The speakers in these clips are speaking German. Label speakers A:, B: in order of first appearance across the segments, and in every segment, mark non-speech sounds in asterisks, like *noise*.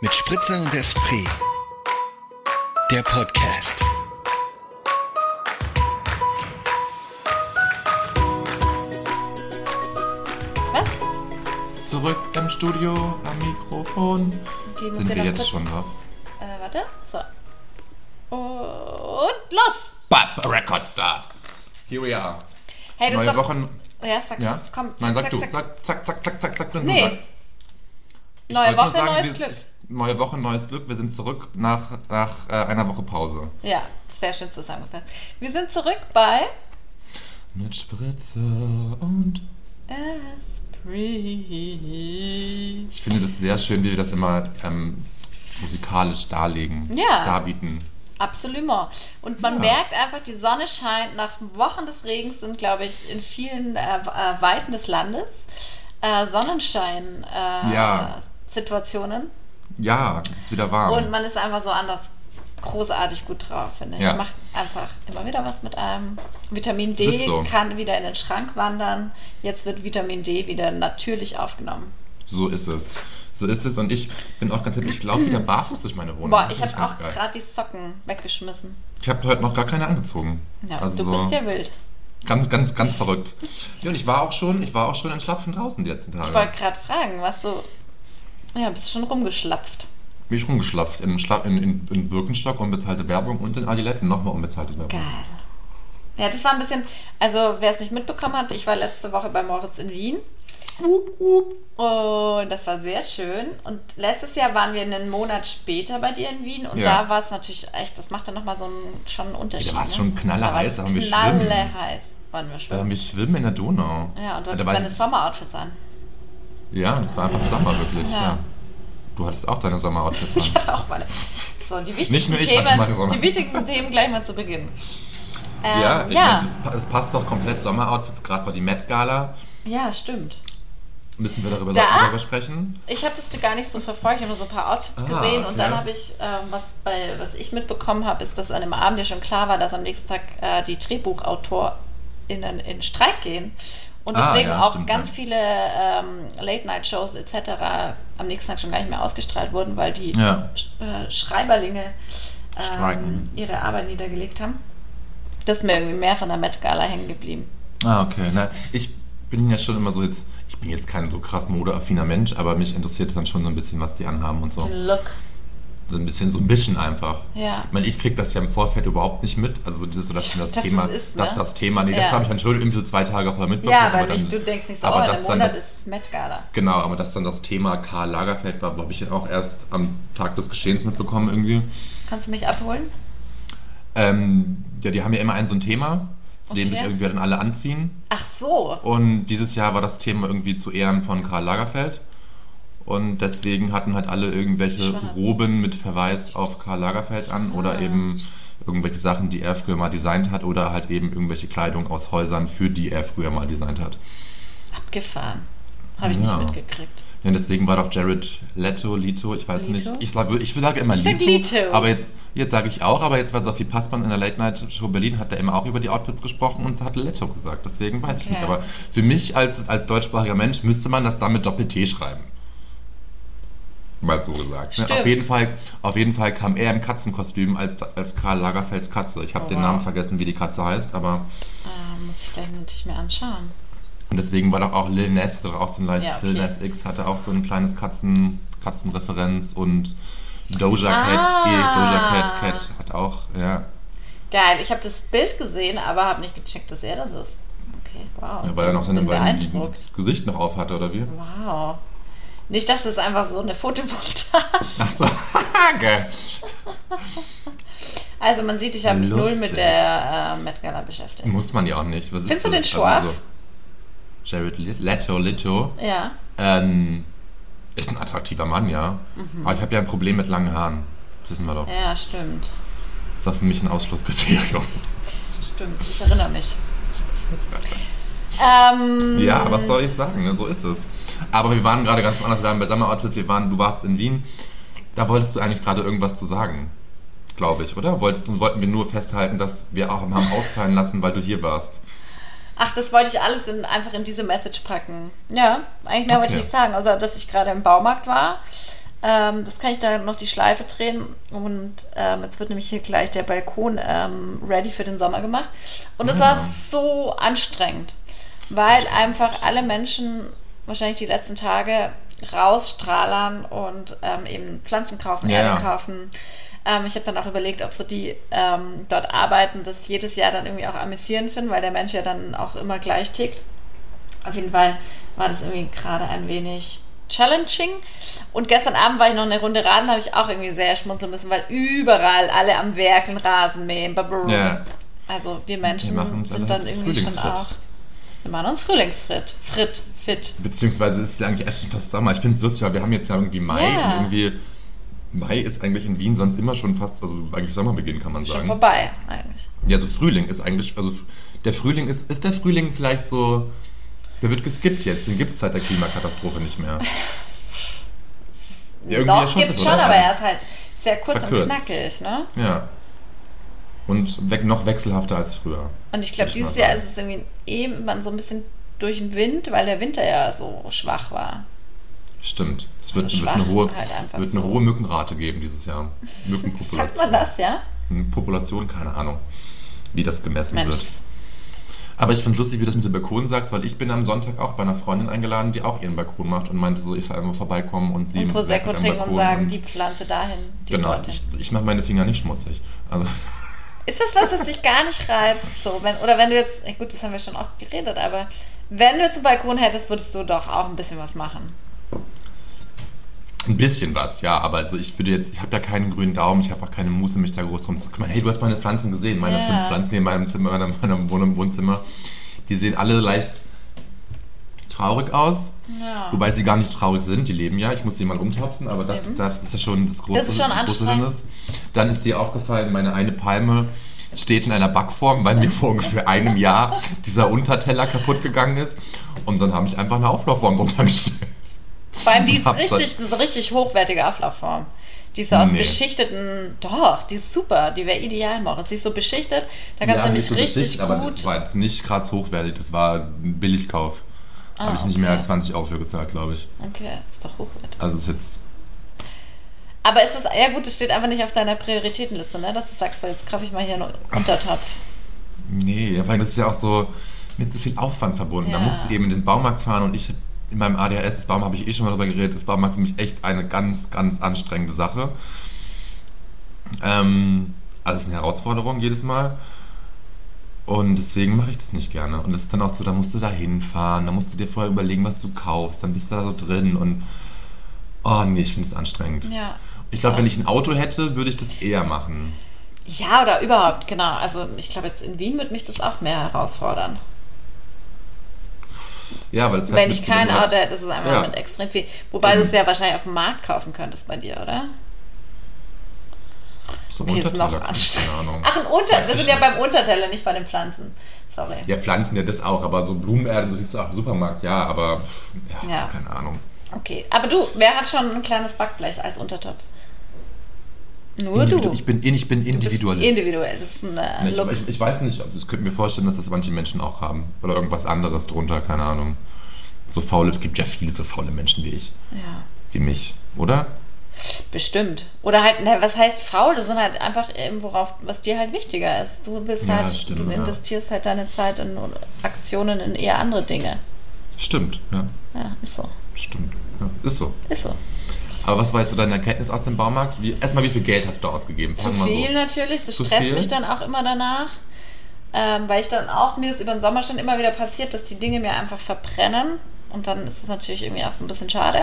A: Mit Spritzer und Esprit. Der Podcast.
B: Was?
C: Zurück am Studio, am Mikrofon.
B: Okay,
C: Sind wir jetzt schon drauf?
B: Äh, warte. So. Und los!
C: Bap, Record Start. Here we are.
B: Hey,
C: Neue Wochen.
B: Oh Ja, sag,
C: Ja?
B: komm.
C: Nein, sag
B: zack,
C: du.
B: zack, zack.
C: Sag, zack, zack, zack, zack, zack, wenn
B: Nee.
C: du sagst. Ich
B: Neue
C: wollte nur
B: Woche, neues
C: wir-
B: Glück.
C: Neue Woche, neues Glück. Wir sind zurück nach, nach äh, einer Woche Pause.
B: Ja, sehr schön zusammengefasst. Wir sind zurück bei
C: Mit Spritze und...
B: äh, Esprit.
C: Ich finde das sehr schön, wie wir das immer ähm, musikalisch darlegen.
B: Ja.
C: Darbieten.
B: Absolument. Und man
C: Ja.
B: merkt einfach, die Sonne scheint. Nach Wochen des Regens sind, glaube ich, in vielen äh, äh, Weiten des Landes äh, Sonnenschein-Situationen. Äh,
C: Ja.
B: Situationen.
C: Ja, es ist wieder warm.
B: Und man ist einfach so anders großartig gut drauf, finde ich.
C: Ja.
B: Macht einfach immer wieder was mit einem. Vitamin
C: Das
B: D
C: ist so.
B: kann wieder in den Schrank wandern. Jetzt wird Vitamin D wieder natürlich aufgenommen.
C: So ist es. So ist es. Und ich bin auch ganz happy. Ich laufe wieder barfuß durch meine Wohnung.
B: Boah,
C: Das
B: ich
C: finde
B: habe auch
C: ganz geil.
B: gerade die Socken weggeschmissen.
C: Ich habe heute noch gar keine angezogen.
B: Ja,
C: also
B: du
C: so
B: bist ja wild.
C: ganz, ganz, ganz verrückt. Ja, und ich war auch schon, ich war auch schon in Schlapfen draußen die letzten
B: Ich
C: Tage.
B: wollte gerade fragen, was so. Ja, bist schon rumgeschlapft.
C: Mich rumgeschlapft in, Schla in, in, in Birkenstock, unbezahlte Werbung und in Adiletten nochmal unbezahlte Werbung.
B: Geil. Ja, das war ein bisschen. Also, wer es nicht mitbekommen hat, ich war letzte Woche bei Moritz in Wien. Und das war sehr schön. Und letztes Jahr waren wir einen Monat später bei dir in Wien. Und
C: Ja.
B: da war es natürlich echt, das macht dann nochmal so einen, schon einen Unterschied. ne?
C: Ja, da war es schon knallerheiß,
B: da waren
C: da waren wir
B: wir
C: schwimmen.
B: knallerheiß waren wir
C: Da
B: schwimmen.
C: haben wir schwimmen in der Donau.
B: Ja, und du hattest
C: Da war-
B: deine Sommeroutfits
C: *laughs*
B: an.
C: Ja, das war einfach Sommer wirklich.
B: Ja.
C: Ja. Du hattest auch deine Sommeroutfits an.
B: *laughs* Ich hatte auch meine. So, die wichtigsten,
C: Nicht nur ich hatte meine
B: Themen,
C: Sommer-
B: die wichtigsten Themen gleich mal zu Beginn. Ähm,
C: Ja, ich
B: ja.
C: Mein, das, pa- das passt doch komplett Sommeroutfits. Gerade war die Met Gala.
B: ja, stimmt.
C: Müssen wir darüber,
B: Da?
C: darüber sprechen?
B: Ich habe das gar nicht so verfolgt, ich habe nur so ein paar Outfits
C: Ah,
B: gesehen und dann
C: okay.
B: habe ich, ähm, was, bei, was ich mitbekommen habe, ist, dass an dem Abend ja schon klar war, dass am nächsten Tag äh, die DrehbuchautorInnen in Streik gehen. Und
C: Ah,
B: deswegen
C: ja,
B: auch
C: stimmt,
B: ganz
C: ja.
B: viele ähm, Late-Night-Shows etc. am nächsten Tag schon gar nicht mehr ausgestrahlt wurden, weil die
C: Ja.
B: Sch äh, Schreiberlinge ähm,
C: Streiken.
B: ihre Arbeit niedergelegt haben. Das ist mir irgendwie mehr von der Met Gala hängen geblieben.
C: Ah, okay. Na, ich bin ja schon immer so jetzt, ich bin jetzt kein so krass modeaffiner Mensch, aber mich interessiert dann schon so ein bisschen, was die anhaben und so.
B: Den Look.
C: So ein bisschen, so ein bisschen einfach.
B: Ja.
C: Ich meine, ich krieg das ja im Vorfeld überhaupt nicht mit. Also dieses so, dass
B: *laughs* Ja,
C: das
B: dass
C: Thema,
B: es ist, ne?
C: dass das Thema, nee,
B: Ja.
C: das habe ich dann schon irgendwie so zwei Tage vorher mitbekommen.
B: Ja, weil
C: aber
B: nicht,
C: dann,
B: du denkst nicht so,
C: aber
B: oh, in
C: das
B: einem
C: dann
B: Monat
C: das-
B: ist Met Gala.
C: Genau, aber dass dann das Thema Karl Lagerfeld war, habe ich dann auch erst am Tag des Geschehens mitbekommen irgendwie.
B: Kannst du mich abholen?
C: Ähm, ja, die haben ja immer ein so ein Thema, zu dem
B: Okay.
C: sich irgendwie dann alle anziehen.
B: Ach so.
C: Und dieses Jahr war das Thema irgendwie zu Ehren von Karl Lagerfeld. Und deswegen hatten halt alle irgendwelche
B: Schwarz.
C: Roben mit Verweis auf Karl Lagerfeld an oder
B: Ah.
C: eben irgendwelche Sachen, die er früher mal designt hat oder halt eben irgendwelche Kleidung aus Häusern, für die er früher mal designt hat.
B: Abgefahren. Habe ich
C: Ja.
B: nicht mitgekriegt.
C: Ja, und deswegen war doch Jared Leto, Lito, ich weiß
B: Leto?
C: nicht. Ich sage, ich sage immer
B: Ich sag
C: Lito,
B: Leto.
C: Aber jetzt, jetzt sage ich auch, aber jetzt war Sophie Passmann in der Late Night Show Berlin, hat da immer auch über die Outfits gesprochen und hat Leto gesagt. Deswegen weiß ich
B: Okay.
C: nicht. Aber für mich als, als deutschsprachiger Mensch müsste man das dann mit Doppel-T schreiben. Mal so gesagt. Ne?
B: Stimmt.
C: Auf, jeden Fall, auf jeden Fall kam er im Katzenkostüm als, als Karl Lagerfelds Katze. Ich habe
B: Oh,
C: den
B: wow.
C: Namen vergessen, wie die Katze heißt, aber.
B: Ah, muss ich gleich natürlich mir anschauen.
C: Und deswegen war doch auch Lil Nas, hatte doch auch so ein leichtes
B: Ja, okay.
C: Lil Nas X, hatte auch so ein kleines Katzen, Katzenreferenz und Doja
B: Ah.
C: Cat, eh, Doja Cat, Cat hat auch, ja.
B: Geil, ich habe das Bild gesehen, aber habe nicht gecheckt, dass er das ist. Okay, wow.
C: Ja, Weil er noch seine
B: Bin
C: beiden
B: beeindruckt.
C: das Gesicht noch auf hatte, oder wie?
B: Wow. Nicht, dass es einfach so eine Fotomontage. *laughs*
C: *laughs* Achso, geil.
B: Also man sieht, ich habe mich null
C: Lustig.
B: mit der äh, Met Gala beschäftigt.
C: Muss man ja auch nicht. Was
B: Findest
C: ist
B: du
C: das? Also
B: den schwach?
C: so, Jared Leto, Leto,
B: Ja.
C: ähm, ist ein attraktiver Mann, ja. Aber ich habe ja ein Problem mit langen Haaren. Das wissen wir doch.
B: Mhm. Ja, stimmt.
C: Das ist doch für mich ein Ausschlusskriterium.
B: Stimmt, ich erinnere mich. Ähm,
C: Ja, was soll ich sagen? ne? So ist es. Aber wir waren gerade ganz woanders. Wir waren bei Summer Outfits. Wir waren, du warst in Wien. Da wolltest du eigentlich gerade irgendwas zu sagen, glaube ich, oder? Wolltest, wollten wir nur festhalten, dass wir auch haben ausfallen lassen, weil du hier warst.
B: Ach, das wollte ich alles in, einfach in diese Message packen. Ja, eigentlich mehr wollte ich
C: Okay.
B: nicht sagen, außer dass ich gerade im Baumarkt war. Ähm, das kann ich da noch die Schleife drehen. Und ähm, jetzt wird nämlich hier gleich der Balkon ähm, ready für den Sommer gemacht. Und es
C: Ah.
B: war so anstrengend, weil einfach alle Menschen wahrscheinlich die letzten Tage rausstrahlern und ähm, eben Pflanzen kaufen,
C: Ja,
B: Erde
C: ja.
B: kaufen. Ähm, ich habe dann auch überlegt, ob so die ähm, dort arbeiten, das jedes Jahr dann irgendwie auch amüsierend finden, weil der Mensch ja dann auch immer gleich tickt. Auf jeden Fall war das irgendwie gerade ein wenig challenging. Und gestern Abend war ich noch eine Runde radeln, habe ich auch irgendwie sehr schmunzeln müssen, weil überall alle am Werkeln, Rasen mähen. babum.
C: Ja.
B: Also wir
C: Wir
B: Menschen
C: machen uns
B: sind
C: alle
B: dann irgendwie schon
C: frühlingsfit.
B: auch. Wir machen uns Frühlingsfrit. Frit, fit.
C: Beziehungsweise ist es ja eigentlich echt schon fast Sommer. Ich finde es lustig, weil wir haben jetzt ja irgendwie Mai
B: Ja.
C: und irgendwie Mai ist eigentlich in Wien sonst immer schon fast, also eigentlich Sommerbeginn kann man
B: Schon
C: sagen.
B: vorbei eigentlich.
C: Ja, so Frühling ist eigentlich, also der Frühling ist, ist der Frühling vielleicht so, der wird geskippt jetzt, den gibt es seit der Klimakatastrophe nicht mehr. Ja, irgendwie ja
B: Doch,
C: schon,
B: gibt
C: das,
B: schon,
C: oder?
B: aber
C: Ja.
B: er ist halt sehr kurz und
C: Verkürzt.
B: knackig, ne?
C: Ja. Und weg, noch wechselhafter als früher.
B: Und ich glaube,
C: Würde ich mal
B: dieses Jahr
C: sagen.
B: ist es irgendwie eben man so ein bisschen durch den Wind, weil der Winter ja so schwach war.
C: Stimmt. Es wird,
B: Also
C: wird, eine,
B: schwach
C: hohe,
B: halt einfach
C: wird eine
B: so.
C: hohe Mückenrate geben dieses Jahr.
B: Sagt
C: Mückenpopulation.
B: man das, ja?
C: Hm, Population, keine Ahnung, wie das gemessen
B: Mensch,
C: wird. Aber ich finde es lustig, wie du das mit dem Balkon sagst, weil ich bin am Sonntag auch bei einer Freundin eingeladen, die auch ihren Balkon macht und meinte so, ich soll einmal vorbeikommen und sie
B: und
C: mit-
B: Prosecco
C: mit einem
B: trinken und
C: Balkon
B: sagen, die Pflanze dahin, die
C: Genau,
B: dorthin.
C: ich, ich mache meine Finger nicht schmutzig. Also,
B: Ist das was, das dich gar nicht reizt? So, wenn, oder wenn du jetzt, eh, gut, das haben wir schon oft geredet, aber wenn du jetzt einen Balkon hättest, würdest du doch auch ein bisschen was machen.
C: ein bisschen was, ja, aber also ich würde jetzt, ich habe ja keinen grünen Daumen, ich habe auch keine Muße, mich da groß drum zu kümmern. Hey, du hast meine Pflanzen gesehen, meine
B: Ja.
C: fünf Pflanzen hier in meinem Zimmer, in meinem- meinem Wohn- Wohnzimmer. Die sehen alle leicht traurig aus.
B: Ja.
C: Wobei sie gar nicht traurig sind, die leben ja. Ich muss die mal umtopfen, aber das,
B: Eben.
C: das ist ja schon das große,
B: Das ist schon
C: große
B: anstrengend.
C: Hindernis. Dann ist dir aufgefallen, meine eine Palme steht in einer Backform, weil mir vor ungefähr einem Jahr dieser Unterteller kaputt gegangen ist. Und dann habe ich einfach eine Auflaufform drunter gestellt.
B: Vor allem die ist
C: Abseits.
B: richtig, eine richtig hochwertige Auflaufform. Die ist so aus
C: Nee.
B: beschichteten, doch, die ist super, die wäre ideal, Moritz. Die ist so beschichtet, da kannst
C: Ja,
B: du nämlich
C: nicht so
B: richtig
C: beschichtet, aber das
B: gut.
C: war jetzt nicht krass hochwertig, das war ein Billigkauf.
B: Ah,
C: habe ich nicht mehr
B: okay.
C: als 20 Euro für gezahlt, glaube ich.
B: Okay, ist doch hochwertig.
C: Also ist jetzt.
B: Aber ist das, ja gut, es steht einfach nicht auf deiner Prioritätenliste, ne? Dass du sagst, so, jetzt kaufe ich mal hier einen Untertopf.
C: Nee, vor allem das ist ja auch so mit so viel Aufwand verbunden. Da
B: Ja.
C: musst du eben in den Baumarkt fahren und ich in meinem ADHS, das Baumarkt habe ich eh schon mal drüber geredet, das Baumarkt ist für mich echt eine ganz, ganz anstrengende Sache. Ähm, also es ist eine Herausforderung jedes Mal. Und deswegen mache ich das nicht gerne. Und das ist dann auch so, da musst du da hinfahren, da musst du dir vorher überlegen, was du kaufst, dann bist du da so drin und oh nee, ich finde es anstrengend.
B: Ja.
C: Ich glaube, wenn ich ein Auto hätte, würde ich das eher machen.
B: Ja, oder überhaupt, genau. Also ich glaube, jetzt in Wien würde mich das auch mehr herausfordern.
C: Ja, weil es
B: Wenn
C: mit
B: ich
C: zu dem
B: kein
C: Rad-
B: Auto hätte, ist es einfach
C: Ja. Mhm.
B: mit extrem viel. Wobei
C: Eben.
B: du es ja wahrscheinlich auf dem Markt kaufen könntest bei dir, oder?
C: So
B: Okay, ist noch
C: Unterteller,
B: anstrengend.
C: keine Ahnung.
B: Ach, ein Unter.
C: Weiß
B: Wir
C: ich
B: sind ja
C: nicht.
B: beim Unterteller, nicht bei den Pflanzen. Sorry.
C: Ja, Pflanzen, ja, das auch, aber so Blumenerden, so kriegst du auch im Supermarkt, ja, aber pff, ja,
B: Ja.
C: keine Ahnung.
B: Okay. Aber du, wer hat schon ein kleines Backblech als Untertopf? Nur
C: Individu
B: du.
C: ich, bin, in- ich bin
B: Du bist eh
C: Individualist.
B: Individuell. Das ist ein äh,
C: Nee,
B: Look.
C: ich, ich, ich weiß nicht, ob- ich könnte mir vorstellen, dass das manche Menschen auch haben. Oder irgendwas anderes drunter, keine Ahnung. So faule, es gibt ja viele so faule Menschen wie ich,
B: Ja.
C: wie mich, oder?
B: Bestimmt. Oder halt, na, was heißt faul? Das sind halt einfach eben, worauf, was dir halt wichtiger ist. Du bist
C: Ja,
B: halt,
C: das stimmt,
B: du
C: ja.
B: investierst halt deine Zeit in Aktionen in eher andere Dinge.
C: Stimmt, ja,
B: Ja, ist so.
C: stimmt. Ja, ist so.
B: Ist so.
C: Aber was war jetzt so deine Erkenntnis aus dem Baumarkt? Wie, erstmal, wie viel Geld hast du ausgegeben?
B: Zu
C: Fangen wir
B: viel
C: so.
B: natürlich, das
C: Zu
B: stresst
C: viel?
B: mich dann auch immer danach. Ähm, weil ich dann auch, mir ist über den Sommer schon immer wieder passiert, dass die Dinge mir einfach verbrennen. Und dann ist es natürlich irgendwie auch so ein bisschen schade.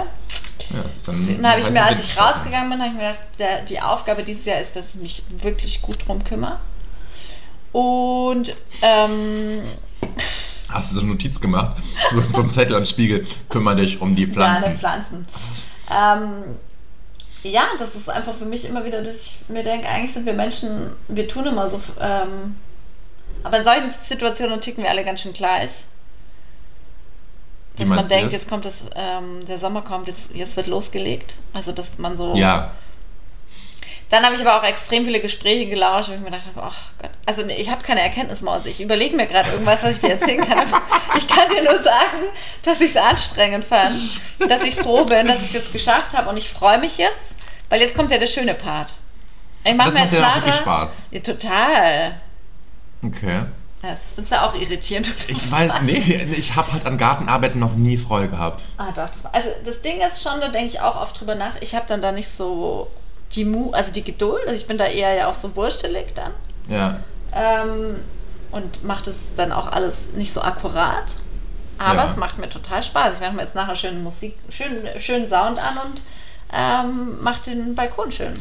C: Ja, das ist dann
B: Und dann habe ich
C: heißen
B: mir, als
C: Blick
B: ich
C: geschossen.
B: rausgegangen bin, habe ich mir gedacht, der, die Aufgabe dieses Jahr ist, dass ich mich wirklich gut drum kümmere. Und ähm,
C: Hast du so eine Notiz gemacht? So, so einen Zettel am Spiegel. Kümmer dich um die Pflanzen.
B: Pflanzen. Pflanzen. Ähm, ja, das ist einfach für mich immer wieder, dass ich mir denke, eigentlich sind wir Menschen, wir tun immer so. Ähm, aber in solchen Situationen ticken wir alle ganz schön gleich.
C: Wie
B: Dass man
C: meinst du
B: denkt,
C: jetzt?
B: jetzt kommt das, ähm, der Sommer kommt, jetzt, jetzt wird losgelegt. Also dass man so
C: Ja,
B: Dann habe ich aber auch extrem viele Gespräche gelauscht, wo ich mir gedacht habe, ach Gott, also nee, ich habe keine Erkenntnismaus. Ich überlege mir gerade irgendwas, was ich dir erzählen kann. aber ich kann dir nur sagen, dass ich es anstrengend fand, dass ich es froh bin, dass ich es jetzt geschafft habe und ich freue mich jetzt, weil jetzt kommt ja der schöne Part. Ich mache
C: Das
B: mir
C: macht
B: jetzt
C: ja auch
B: nachher...
C: wirklich Spaß.
B: Ja, total.
C: Okay.
B: Das ist ja auch irritierend.
C: Ich weiß, nee, *laughs* ich habe halt an Gartenarbeiten noch nie Freude gehabt.
B: *laughs* Ah, doch. Das war, also das Ding ist schon, da denke ich auch oft drüber nach. Ich habe dann da nicht so die Mu, also die Geduld. Also ich bin da eher ja auch so wurstelig dann
C: Ja.
B: ähm, und mache das dann auch alles nicht so akkurat. Aber
C: Ja.
B: es macht mir total Spaß. Ich mache mir jetzt nachher schön Musik, schön, schönen Sound an und ähm, mache den Balkon schön.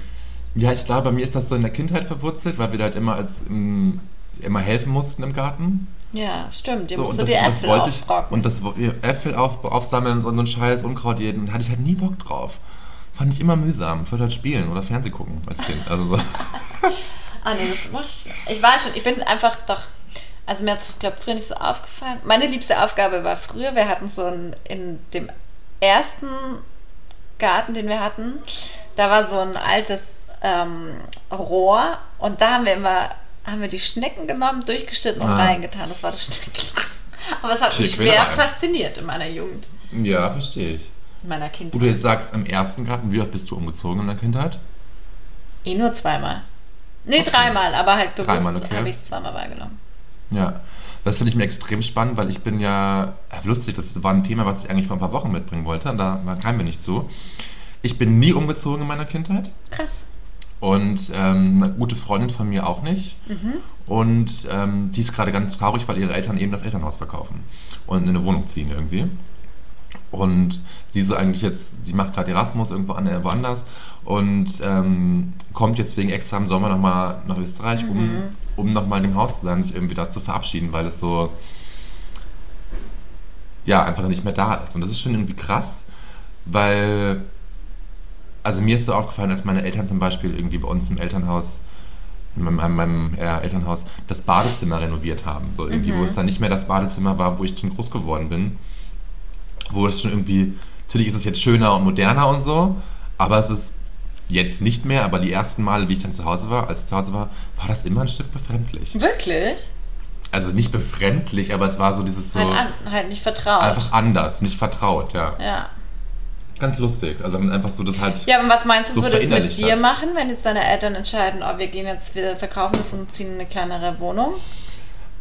C: Ja, ich glaube, bei mir ist das so in der Kindheit verwurzelt, weil wir da halt immer als ähm, immer helfen mussten im Garten.
B: Ja, stimmt. Dir
C: So,
B: musst du dir Äpfel
C: wollte ich.
B: aufrocken.
C: Und das wo- ja, Äpfel auf, aufsammeln und so einen Scheiß Unkraut jeden, hatte ich halt nie Bock drauf. Fand ich immer mühsam. Ich wollte halt spielen oder Fernseh gucken als Kind. Also so. *laughs*
B: Ah, nee, das mach ich. Ich war schon, ich bin einfach doch. Also mir hat es, glaube früher nicht so aufgefallen. Meine liebste Aufgabe war früher, wir hatten so ein, in dem ersten Garten, den wir hatten, da war so ein altes ähm, Rohr und da haben wir immer, haben wir die Schnecken genommen, durchgeschnitten und
C: Ah.
B: reingetan. Das war das Schnecken. *laughs* Aber es hat mich
C: Tierquälerei.
B: schwer fasziniert in meiner Jugend,
C: ja, verstehe ich.
B: in meiner
C: Wo du
B: Kindheit.
C: jetzt sagst, im ersten Garten, wie oft bist du umgezogen in der Kindheit?
B: Eh nur zweimal. Nee,
C: Okay.
B: dreimal, aber halt bewusst
C: Dreimal, okay.
B: habe ich es zweimal wahrgenommen.
C: Ja. Das finde ich mir extrem spannend, weil ich bin ja, ja, lustig, das war ein Thema, was ich eigentlich vor ein paar Wochen mitbringen wollte, und da kamen wir nicht zu. Ich bin nie umgezogen in meiner Kindheit.
B: Krass.
C: Und ähm, eine gute Freundin von mir auch nicht. Und ähm, die ist gerade ganz traurig, weil ihre Eltern eben das Elternhaus verkaufen und in eine Wohnung ziehen irgendwie. Und sie so eigentlich jetzt, sie macht gerade Erasmus irgendwo an, äh, woanders und ähm, kommt jetzt wegen extra im Sommer nochmal nach Österreich, um, um nochmal in dem Haus zu sein, sich irgendwie da zu verabschieden, weil es so, ja, einfach nicht mehr da ist. Und das ist schon irgendwie krass, weil also mir ist so aufgefallen, als meine Eltern zum Beispiel irgendwie bei uns im Elternhaus, in meinem, an meinem äh, Elternhaus, das Badezimmer renoviert haben. So irgendwie, wo es dann nicht mehr das Badezimmer war, wo ich schon groß geworden bin. Wo es schon irgendwie, natürlich ist es jetzt schöner und moderner und so, aber es ist jetzt nicht mehr, aber die ersten Male, wie ich dann zu Hause war, als ich zu Hause war, war das immer ein Stück befremdlich.
B: Wirklich?
C: Also nicht befremdlich, aber es war so dieses so
B: Halt, an, halt nicht vertraut.
C: einfach anders, nicht vertraut, ja.
B: Ja.
C: Ganz lustig. Also einfach so das halt.
B: Ja, aber was meinst du,
C: So
B: würde es mit
C: verinnerlicht
B: dir
C: hat.
B: machen, wenn jetzt deine Eltern entscheiden, oh, wir gehen jetzt, wir verkaufen das und ziehen in eine kleinere Wohnung?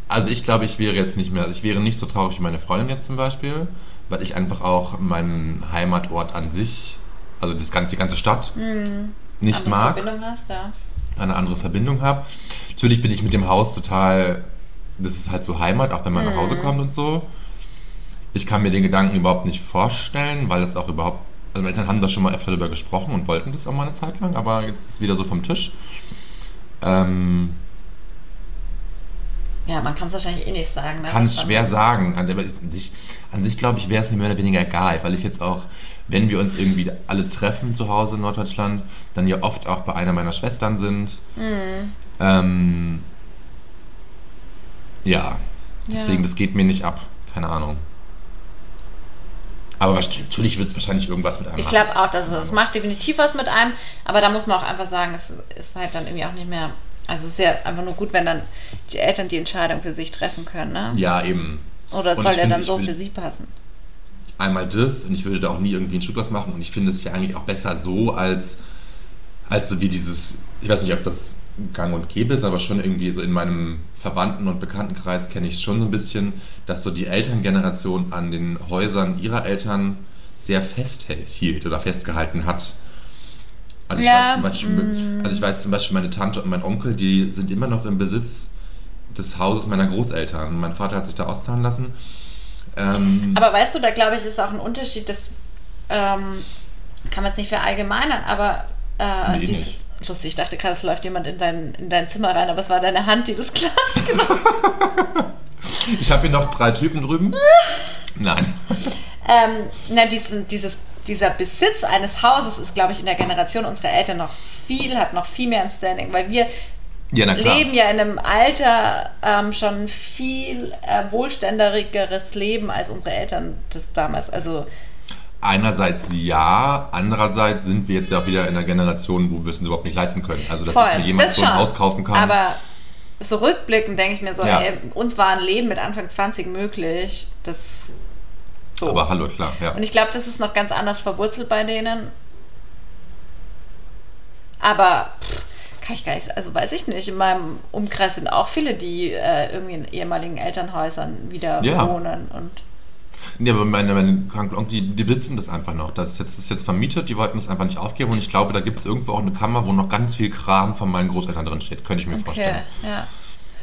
C: Also ich glaube, ich wäre jetzt nicht mehr, ich wäre nicht so traurig wie meine Freundin jetzt zum Beispiel, weil ich einfach auch meinen Heimatort an sich, also das ganze, die ganze Stadt,
B: Mhm.
C: nicht
B: Hm, Andere
C: mag,
B: Verbindung hast, ja.
C: eine andere Verbindung habe. Natürlich bin ich mit dem Haus total, das ist halt so Heimat, auch wenn man nach Hause kommt und so. Ich kann mir den Gedanken überhaupt nicht vorstellen, weil das auch überhaupt, also meine Eltern haben da schon mal öfter darüber gesprochen und wollten das auch mal eine Zeit lang, aber jetzt ist es wieder so vom Tisch. Ähm,
B: Ja, man kann es wahrscheinlich eh nicht sagen. Ne?
C: kann es
B: Was dann-
C: schwer sagen. An, aber ich- an sich, an sich glaube ich, wäre es mir mehr oder weniger egal, weil ich jetzt auch, wenn wir uns irgendwie alle treffen zu Hause in Norddeutschland, dann ja oft auch bei einer meiner Schwestern sind. Ähm, ja,
B: Ja.
C: deswegen, das geht mir nicht ab. Keine Ahnung. Aber wahrsch- natürlich wird es wahrscheinlich irgendwas mit einem
B: Ich
C: machen.
B: glaube auch, dass es das macht definitiv was mit einem, aber da muss man auch einfach sagen, es ist halt dann irgendwie auch nicht mehr. Also es ist ja einfach nur gut, wenn dann die Eltern die Entscheidung für sich treffen können, ne?
C: Ja, eben.
B: Oder es
C: Und
B: soll
C: ich
B: ja
C: finde,
B: dann
C: ich
B: so
C: will-
B: für sie passen.
C: einmal das und ich würde da auch nie irgendwie einen Schuh draus machen und ich finde es ja eigentlich auch besser so als, als so wie dieses, ich weiß nicht, ob das gang und gäbe ist, aber schon irgendwie so in meinem Verwandten- und Bekanntenkreis kenne ich schon so ein bisschen, dass so die Elterngeneration an den Häusern ihrer Eltern sehr festhielt oder festgehalten hat. Also ich,
B: Ja, mm.
C: weiß, zum Beispiel, also ich weiß zum Beispiel, meine Tante und mein Onkel, die sind immer noch im Besitz des Hauses meiner Großeltern. Mein Vater hat sich da auszahlen lassen. Ähm,
B: Aber weißt du, da glaube ich, ist auch ein Unterschied, das ähm, kann man jetzt nicht verallgemeinern, aber äh,
C: Nee,
B: dieses, lustig, ich dachte gerade, es läuft jemand in dein, in dein Zimmer rein, aber es war deine Hand, die das *laughs* Glas genommen
C: Ich habe hier noch drei Typen drüben. Nein.
B: ähm, na, diesen, dieses, dieser Besitz eines Hauses ist, glaube ich, in der Generation unserer Eltern noch viel, hat noch viel mehr ein Standing, weil wir
C: Ja, na klar.
B: leben ja in einem Alter ähm, schon viel äh, wohlständigeres Leben als unsere Eltern das damals. Also
C: Einerseits ja, andererseits sind wir jetzt ja auch wieder in einer Generation, wo wir es uns überhaupt nicht leisten können. Also, dass
B: Voll,
C: ich mir jemand
B: das
C: so ein
B: schon.
C: Haus kaufen kann.
B: Aber so rückblickend denke ich mir so,
C: Ja.
B: ey, uns war ein Leben mit Anfang 20 möglich. Das so.
C: aber hallo, klar. Ja.
B: Und ich glaube, das ist noch ganz anders verwurzelt bei denen. Aber pff, kann ich gar nicht, also weiß ich nicht. In meinem Umkreis sind auch viele, die äh, irgendwie in ehemaligen Elternhäusern wieder
C: Ja.
B: wohnen. Und
C: Ja, aber meine, meine Onkel, Onkel, die, die besitzen das einfach noch. Das ist, jetzt, das ist jetzt vermietet, die wollten das einfach nicht aufgeben. Und ich glaube, da gibt es irgendwo auch eine Kammer, wo noch ganz viel Kram von meinen Großeltern drin steht. Könnte ich mir
B: okay,
C: vorstellen.
B: ja.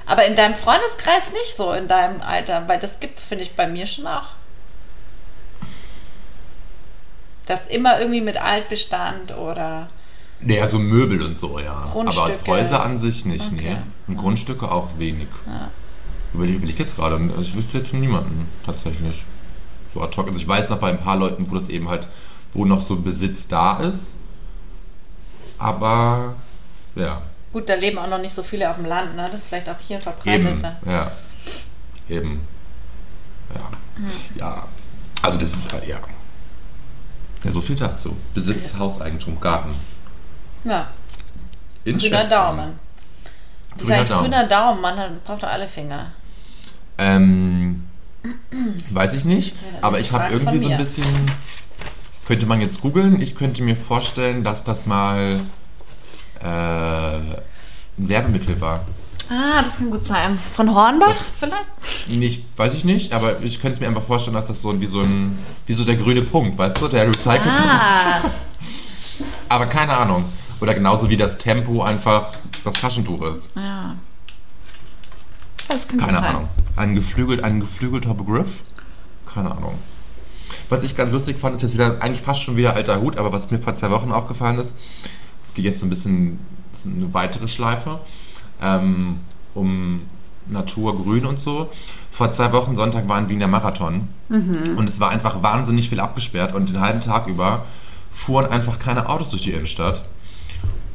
B: Aber in deinem Freundeskreis nicht so in deinem Alter, weil das gibt's, finde ich, bei mir schon auch. Das immer irgendwie mit Altbestand oder.
C: Nee, also Möbel und so, ja. Aber als
B: Grundstücke.
C: Häuser an sich nicht,
B: Okay.
C: nee. Und Grundstücke auch wenig.
B: Ja.
C: Überlege überleg jetzt gerade. Ich wüsste jetzt niemanden, tatsächlich. So ad hoc. Also ich weiß noch bei ein paar Leuten, wo das eben halt, wo noch so Besitz da ist. Aber, ja.
B: Gut, da leben auch noch nicht so viele auf dem Land, ne? Das ist vielleicht auch hier
C: Eben,
B: verbreiteter.
C: ja. Eben. Ja.
B: Hm.
C: Ja. Also das ist halt, ja. Ja, so viel dazu. Besitz, Hauseigentum, Garten.
B: Ja,
C: In
B: grüner
C: Schwestern.
B: Daumen. Das
C: Grüner
B: heißt,
C: Daumen.
B: grüner Daumen, man hat, braucht doch alle Finger.
C: Ähm, weiß ich nicht,
B: Ja, das
C: aber
B: ist
C: ich habe
B: Fragen von
C: irgendwie so ein
B: mir.
C: bisschen. Könnte man jetzt googeln? Ich könnte mir vorstellen, dass das mal äh, ein Werbemittel war.
B: Ah, das kann gut sein. Von Hornbach vielleicht?
C: Nicht, weiß ich nicht, aber ich könnte es mir einfach vorstellen, dass das so wie so ein wie so der grüne Punkt, weißt du, der Recycle.
B: Ah,
C: Aber keine Ahnung. Oder genauso wie das Tempo einfach das Taschentuch ist.
B: ja. Ah. Das kann
C: Keine
B: gut sein.
C: Ahnung. Ein, geflügelt, ein geflügelter Begriff? Keine Ahnung. Was ich ganz lustig fand, ist jetzt wieder, eigentlich fast schon wieder alter Hut, aber was mir vor zwei Wochen aufgefallen ist, es geht jetzt so ein bisschen das ist eine weitere Schleife, ähm, um Natur, Grün und so. Vor zwei Wochen Sonntag war ein Wiener Marathon
B: Mhm.
C: und es war einfach wahnsinnig viel abgesperrt und den halben Tag über fuhren einfach keine Autos durch die Innenstadt.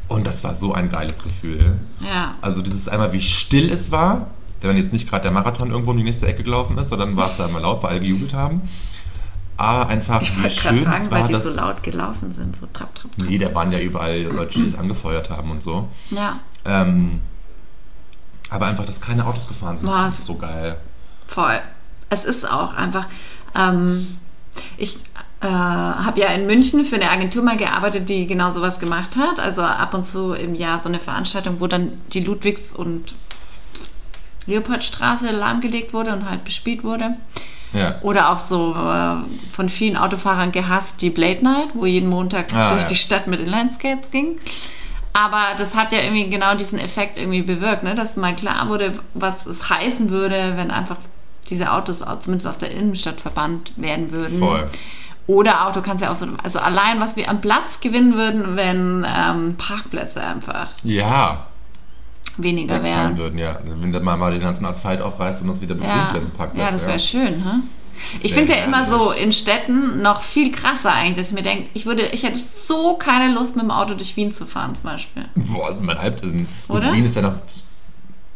C: Und das war so ein geiles Gefühl.
B: Ja.
C: Also dieses einmal, wie still es war, wenn jetzt nicht gerade der Marathon irgendwo um die nächste Ecke gelaufen ist, sondern war es da einmal laut, weil alle gejubelt haben. Aber einfach,
B: Ich
C: wie
B: wollte gerade
C: schön
B: fragen,
C: es war,
B: weil die
C: dass...
B: so laut gelaufen sind, so trapp, trapp, trapp.
C: nee, da waren ja überall Leute, die es angefeuert haben und so.
B: Ja,
C: Ähm, aber einfach, dass keine Autos gefahren sind,
B: Boah,
C: das
B: es-
C: ist so geil.
B: voll. Es ist auch einfach. Ähm, ich äh, habe ja in München für eine Agentur mal gearbeitet, die genau sowas gemacht hat. Also ab und zu im Jahr so eine Veranstaltung, wo dann die Ludwigs- und Leopoldstraße lahmgelegt wurde und halt bespielt wurde.
C: Ja.
B: Oder auch so äh, von vielen Autofahrern gehasst, die Blade Night, wo jeden Montag
C: Ah,
B: durch
C: ja.
B: die Stadt mit Inlineskates ging. Aber das hat ja irgendwie genau diesen Effekt irgendwie bewirkt, ne? dass mal klar wurde, was es heißen würde, wenn einfach diese Autos au- zumindest auf der Innenstadt verbannt werden würden.
C: Voll.
B: Oder auch, du kannst ja auch so, also allein, was wir am Platz gewinnen würden, wenn ähm, Parkplätze einfach
C: Ja,
B: weniger wären.
C: wegfahren würden, ja. Wenn der mal den ganzen Asphalt aufreißt und uns wieder begrünt
B: Ja,
C: werden, Parkplätze.
B: ja das wäre schön, ne? Ich
C: wär
B: finde es ja immer so
C: herrlich.
B: in Städten noch viel krasser eigentlich, dass ich mir denke, ich würde, ich hätte so keine Lust, mit dem Auto durch Wien zu fahren zum Beispiel. *laughs*
C: Boah, also mein Halbwissen. Gut,
B: Oder?
C: Wien ist ja noch,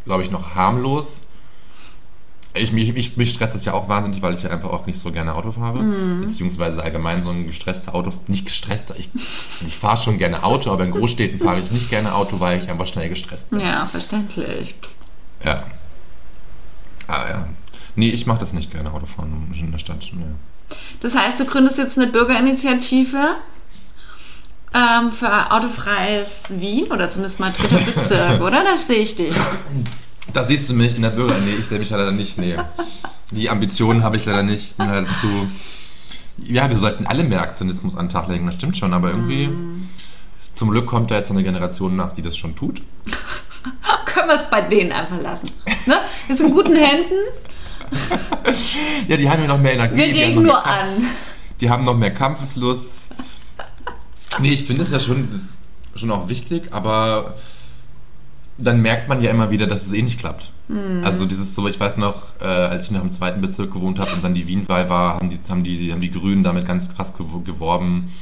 C: glaube ich, noch harmlos. Ich, mich, mich, mich stresst das ja auch wahnsinnig, weil ich ja einfach auch nicht so gerne Auto fahre.
B: Mhm.
C: Beziehungsweise allgemein so ein gestresster Auto, nicht gestresster, ich, ich fahre schon gerne Auto, aber in Großstädten fahre ich nicht gerne Auto, weil ich einfach schnell gestresst bin.
B: Ja, verständlich.
C: Ja. Ah ja. Nee, ich mache das nicht gerne, Autofahren in der Stadt. Ja.
B: Das heißt, du gründest jetzt eine Bürgerinitiative ähm, für autofreies Wien oder zumindest mal *laughs* dritter Bezirk, oder? Das sehe ich *laughs* dich.
C: Das siehst du mich in der Bürger. Nee, ich sehe mich leider nicht. Nee. Die Ambitionen habe ich leider nicht. Bin leider zu. Ja, wir sollten alle mehr Aktionismus an den Tag legen, das stimmt schon, aber irgendwie. Zum Glück kommt da jetzt eine Generation nach, die das schon tut.
B: Können wir es bei denen einfach lassen. Ne? Wir sind in guten Händen,
C: Ja, die haben ja noch mehr Energie.
B: wir
C: die haben
B: regen
C: noch mehr
B: nur
C: Kampf-
B: an.
C: Die haben noch mehr Kampfeslust. Nee, ich finde es ja schon, das ist schon auch wichtig, aber dann merkt man ja immer wieder, dass es eh nicht klappt. Also dieses so, ich weiß noch, äh, als ich noch im zweiten Bezirk gewohnt habe und dann die Wienwahl war, haben die, haben die, haben die Grünen damit ganz krass gew- geworben,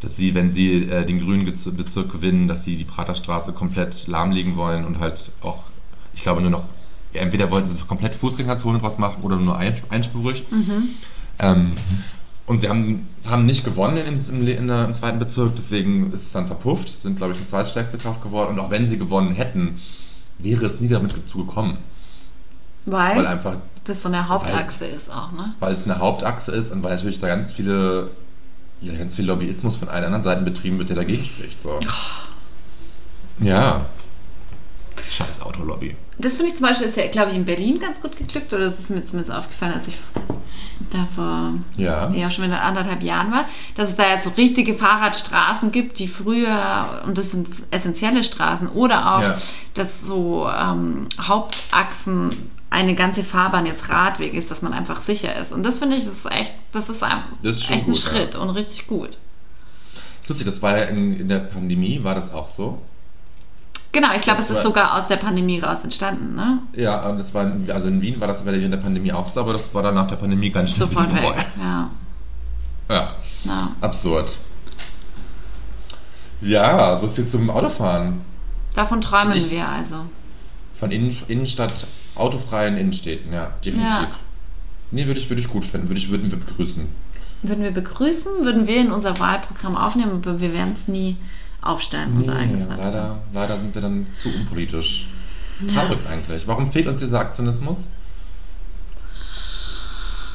C: dass sie, wenn sie äh, den grünen Gez- Bezirk gewinnen, dass sie die Praterstraße komplett lahmlegen wollen und halt auch, ich glaube nur noch, ja, entweder wollten sie komplett Fußgängerzone draus machen oder nur ein, einspurig. Ähm, Und sie haben, haben nicht gewonnen im, im, in der, im zweiten Bezirk, deswegen ist es dann verpufft, sind, glaube ich, die zweitstärkste Kraft geworden. Und auch wenn sie gewonnen hätten, wäre es nie damit zugekommen.
B: Weil,
C: Weil einfach,
B: das so eine Hauptachse ist auch, ne?
C: weil es eine Hauptachse ist und weil natürlich da ganz viele, ja, ganz viel Lobbyismus von allen anderen Seiten betrieben wird, der dagegen spricht. So. Ja. Scheiß Autolobby.
B: Das finde ich zum Beispiel, ist ja, glaube ich, in Berlin ganz gut geglückt oder das ist mir zumindest aufgefallen, als ich da vor
C: Ja.
B: ja schon wieder anderthalb Jahren war, dass es da jetzt so richtige Fahrradstraßen gibt, die früher, und das sind essentielle Straßen, oder auch,
C: Ja.
B: dass so ähm, Hauptachsen eine ganze Fahrbahn jetzt Radweg ist, dass man einfach sicher ist. Und das finde ich, das ist echt, das ist, ein,
C: Das ist schon
B: echt ein
C: gut, ja.
B: Schritt und richtig gut.
C: Das ist Lustig, das war ja in, in der Pandemie, war das auch so.
B: Genau, ich glaube,
C: Das
B: es ist
C: war-
B: sogar aus der Pandemie raus entstanden, ne?
C: Ja, und das war, in- also in Wien war das während der Pandemie auch so, aber das war dann nach der Pandemie ganz *laughs* schön
B: Sofort
C: vorbei.
B: weg. Ja,
C: Ja,
B: ja.
C: absurd. Ja, so viel zum Autofahren.
B: Davon träumen
C: Ich-
B: wir also.
C: Von Innen, Innenstadt, autofreien Innenstädten, ja, definitiv.
B: Ja.
C: Nee, würde ich, würde ich gut finden, würde ich, würden wir begrüßen.
B: Würden wir begrüßen, würden wir in unser Wahlprogramm aufnehmen, aber wir werden es nie aufstellen, unser eigenes Wahlprogramm.
C: leider, leider sind wir dann zu unpolitisch. Traurig eigentlich. Warum fehlt uns dieser Aktionismus?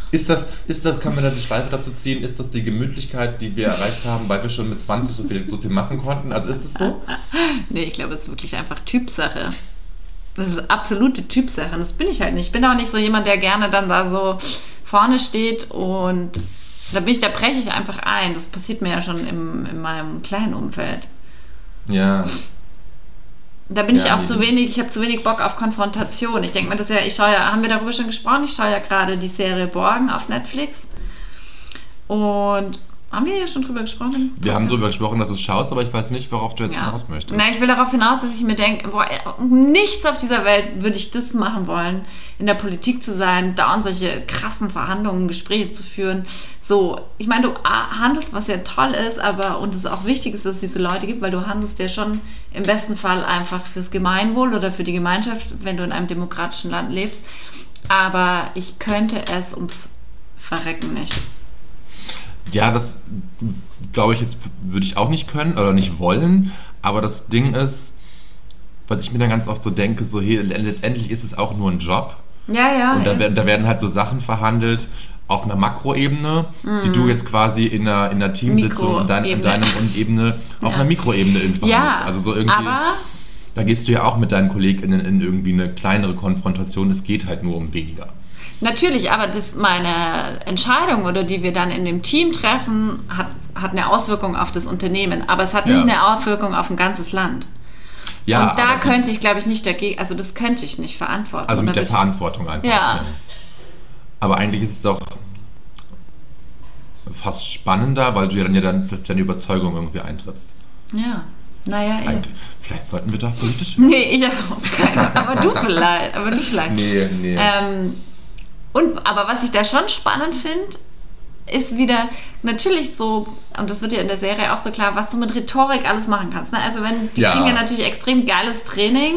C: Ist das, ist das, kann man da die Schleife dazu ziehen, ist das die Gemütlichkeit, die wir erreicht haben, weil wir schon mit 20 so viel, so viel machen konnten? Also ist das so?
B: Nee, ich glaube, es ist wirklich einfach Typsache. Das ist absolute Typsache und das bin ich halt nicht. Ich bin auch nicht so jemand, der gerne dann da so vorne steht und da bin ich, da breche ich einfach ein. Das passiert mir ja schon im, in meinem kleinen Umfeld.
C: Ja.
B: Da bin ich
C: Ja,
B: auch
C: nee,
B: zu
C: nee.
B: wenig, ich habe zu wenig Bock auf Konfrontation. Ich denke mir, das ist ja, ich schaue ja, haben wir darüber schon gesprochen? Ich schaue ja gerade die Serie Borgen auf Netflix. Und haben wir hier schon drüber gesprochen?
C: Wir haben darüber gesprochen, dass du es schaust, aber ich weiß nicht, worauf du jetzt
B: ja.
C: hinaus möchtest.
B: Na, ich will darauf hinaus, dass ich mir denke, boah, äh, nichts auf dieser Welt würde ich das machen wollen, in der Politik zu sein, dauernd solche krassen Verhandlungen, Gespräche zu führen. So, ich meine, du a- handelst, was ja toll ist, aber und es auch wichtig ist, dass es diese Leute gibt, weil du handelst ja schon im besten Fall einfach fürs Gemeinwohl oder für die Gemeinschaft, wenn du in einem demokratischen Land lebst. Aber ich könnte es ums Verrecken nicht.
C: Ja, das glaube ich jetzt würde ich auch nicht können oder nicht wollen. Aber das Ding ist, was ich mir dann ganz oft so denke, so hey, letztendlich ist es auch nur ein Job.
B: Ja, ja.
C: Und da
B: eben.
C: werden, da werden halt so Sachen verhandelt auf einer Makroebene, die du jetzt quasi in einer, in einer Teamsitzung in, dein, in
B: Mhm. Mikroebene.
C: deinem und Ebene auf einer Mikroebene irgendwie
B: ja,
C: verhandelst. Also so irgendwie,
B: aber
C: da gehst du ja auch mit deinen KollegInnen in irgendwie eine kleinere Konfrontation. Es geht halt nur um weniger.
B: Natürlich, aber das meine Entscheidung oder die wir dann in dem Team treffen, hat, hat eine Auswirkung auf das Unternehmen, aber es hat
C: Ja.
B: nicht eine Auswirkung auf ein ganzes Land.
C: Ja,
B: Und da
C: aber-
B: könnte ich, glaube ich, nicht dagegen, also das könnte ich nicht verantworten.
C: Also mit
B: Oder
C: der
B: würde
C: Verantwortung einfach.
B: Ja.
C: Aber eigentlich ist es doch fast spannender, weil du ja dann ja dann für deine Überzeugung irgendwie eintrittst.
B: ich- Ja, naja, eh.
C: Eigentlich- Vielleicht sollten wir doch politisch
B: *laughs*
C: werden.
B: Nee, ich auf keinen Fall. Aber du vielleicht, aber du vielleicht.
C: Nee, nee.
B: Ähm, und, aber was ich da schon spannend finde, ist wieder natürlich so, und das wird ja in der Serie auch so klar, was du mit Rhetorik alles machen kannst. Ne? Also wenn die
C: Ja.
B: kriegen ja natürlich extrem geiles Training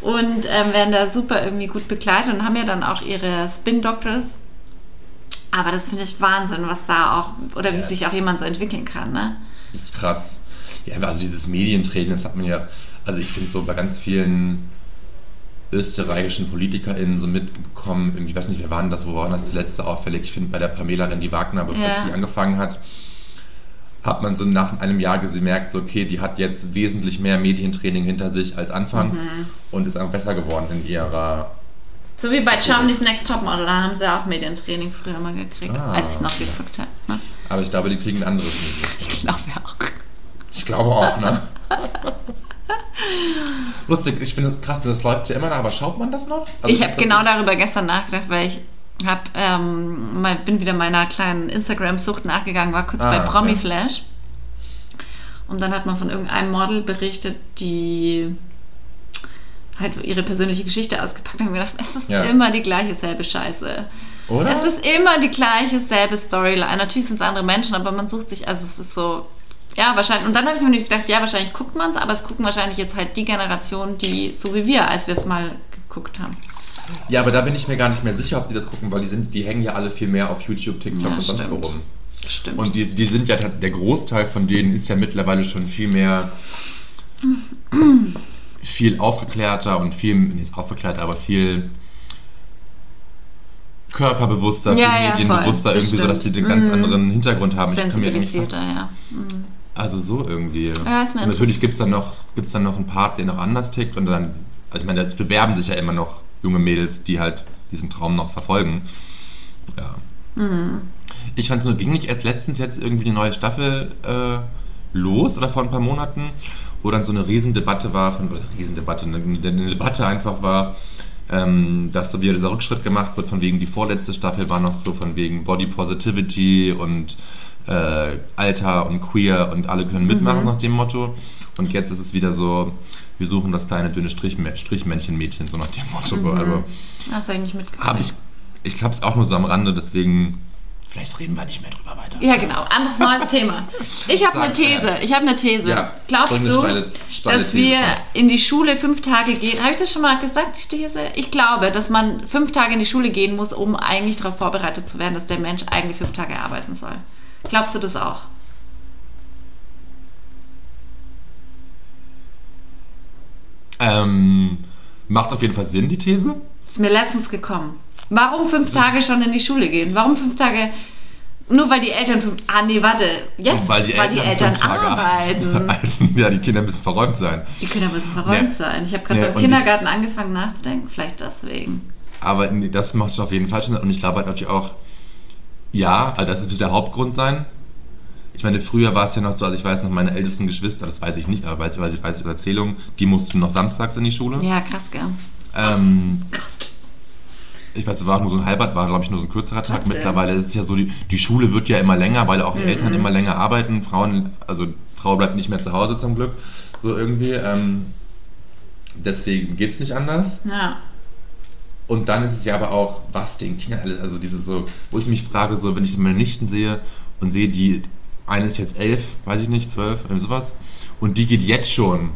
B: und ähm, werden da super irgendwie gut begleitet und haben ja dann auch ihre Spin-Doctors. Aber das finde ich Wahnsinn, was da auch, oder wie
C: Ja,
B: sich
C: das-
B: auch jemand so entwickeln kann. Ne?
C: Das ist krass. Ja, also dieses Medientraining, das hat man ja, also ich finde so bei ganz vielen österreichischen PolitikerInnen so mitbekommen, irgendwie, ich weiß nicht, wer waren das, wo waren das zuletzt so auffällig? Ich finde bei der Pamela Rendi Wagner, bevor
B: Ja.
C: die angefangen hat, hat man so nach einem Jahr gemerkt, so okay, die hat jetzt wesentlich mehr Medientraining hinter sich als anfangs und ist einfach besser geworden in ihrer
B: So wie bei Germany's Next Topmodel, da haben sie auch Medientraining früher mal gekriegt,
C: Ah.
B: als ich es noch geguckt habe. Ne? Also
C: aber ich glaube, die kriegen ein anderes Medium.
B: Ich glaube auch.
C: Ich glaube auch, ne? Lustig, ich finde das krass, das läuft ja immer noch, aber schaut man das noch? Also
B: ich habe
C: das-
B: genau darüber gestern nachgedacht, weil ich hab, ähm, mal, bin wieder meiner kleinen Instagram-Sucht nachgegangen, war kurz bei
C: Ah,
B: Promi
C: ja.
B: Flash. Und dann hat man von irgendeinem Model berichtet, die halt ihre persönliche Geschichte ausgepackt hat und gedacht, es ist
C: Ja.
B: immer die gleiche selbe Scheiße.
C: Oder?
B: Es ist immer die gleiche selbe Storyline. Natürlich sind es andere Menschen, aber man sucht sich, also es ist so, ja, wahrscheinlich. Und dann habe ich mir gedacht, ja, wahrscheinlich guckt man es, aber es gucken wahrscheinlich jetzt halt die Generationen, die so wie wir, als wir es mal geguckt haben.
C: ja, aber da bin ich mir gar nicht mehr sicher, ob die das gucken, weil die sind, die hängen ja alle viel mehr auf YouTube, TikTok
B: Ja,
C: und sonst
B: stimmt.
C: wo rum.
B: Stimmt.
C: Und die, die sind ja tats- der Großteil von denen ist ja mittlerweile schon viel mehr viel aufgeklärter und viel, nicht aufgeklärter, aber viel körperbewusster,
B: Ja,
C: viel
B: ja,
C: medienbewusster
B: voll. Das Mhm.
C: irgendwie, so dass die einen ganz anderen Hintergrund haben. Ich kann mir eigentlich
B: Sensibilisierter,
C: fast-
B: ja. Mhm.
C: also so irgendwie.
B: Ja, ist mir
C: Und natürlich
B: interess-
C: gibt es dann, noch- gibt's dann noch einen Part, der noch anders tickt und dann, also ich meine, jetzt bewerben sich ja immer noch junge Mädels, die halt diesen Traum noch verfolgen. Ja.
B: Mhm.
C: Ich fand es nur, ging nicht erst letztens jetzt irgendwie die neue Staffel äh, los oder vor ein paar Monaten, wo dann so eine Riesendebatte war, von, oder Riesendebatte, eine, eine Debatte einfach war, ähm, dass so wieder dieser Rückschritt gemacht wird, von wegen die vorletzte Staffel war noch so von wegen Body Positivity und äh, Alter und Queer und alle können mitmachen nach dem Motto. Und jetzt ist es wieder so, wir suchen das kleine dünne Strichmä- Strichmännchen-Mädchen, so nach dem Motto. So. Also
B: Hast du eigentlich mitgekriegt?
C: habe ich, ich glaube es auch nur so am Rande, deswegen vielleicht reden wir nicht mehr drüber weiter.
B: Ja, genau. Anderes
C: *laughs*
B: neues Thema. Ich habe eine
C: Sag, ja.
B: These. Ich habe eine These.
C: Ja,
B: Glaubst
C: bring eine
B: du,
C: steile- steile
B: dass
C: These,
B: wir
C: komm.
B: in die Schule fünf Tage gehen? Habe ich das schon mal gesagt, die These? Ich glaube, dass man fünf Tage in die Schule gehen muss, um eigentlich darauf vorbereitet zu werden, dass der Mensch eigentlich fünf Tage arbeiten soll. Glaubst du das auch?
C: Ähm, macht auf jeden Fall Sinn, die These.
B: Ist mir letztens gekommen. Warum fünf Tage schon in die Schule gehen? Warum fünf Tage? Nur weil die Eltern fünf. Ah, nee, warte. Jetzt?
C: Weil die Eltern, fünf Tage *laughs*
B: arbeiten.
C: arbeiten. ja, die Kinder müssen verräumt sein.
B: Die können
C: *laughs*
B: ja ein bisschen verräumt
C: Ja.
B: sein. Ich habe gerade
C: Ja,
B: beim
C: und
B: Kindergarten angefangen nachzudenken. Vielleicht deswegen.
C: Aber nee, das macht schon auf jeden Fall schon Sinn. Und ich glaube halt natürlich auch, ja, also das wird der Hauptgrund sein. Ich meine, früher war es ja noch so, also ich weiß noch, meine ältesten Geschwister, das weiß ich nicht, aber weiß, weiß, ich weiß über Erzählungen, die mussten noch samstags in die Schule.
B: Ja, krass, gell?
C: Ähm, ich weiß, es war auch nur so ein halber, war glaube ich nur so ein kürzerer Tag.
B: Trotzdem.
C: Mittlerweile ist es ja so, die, die Schule wird ja immer länger, weil auch die Eltern immer länger arbeiten. Frauen, also Frau bleibt nicht mehr zu Hause zum Glück. So irgendwie. Ähm, deswegen geht es nicht anders.
B: Ja.
C: Und dann ist es ja aber auch, was den Kindern alles, also diese so, wo ich mich frage, so, wenn ich meine Nichten sehe und sehe, die eine ist jetzt elf, weiß ich nicht, zwölf, irgendwie sowas, und die geht jetzt schon,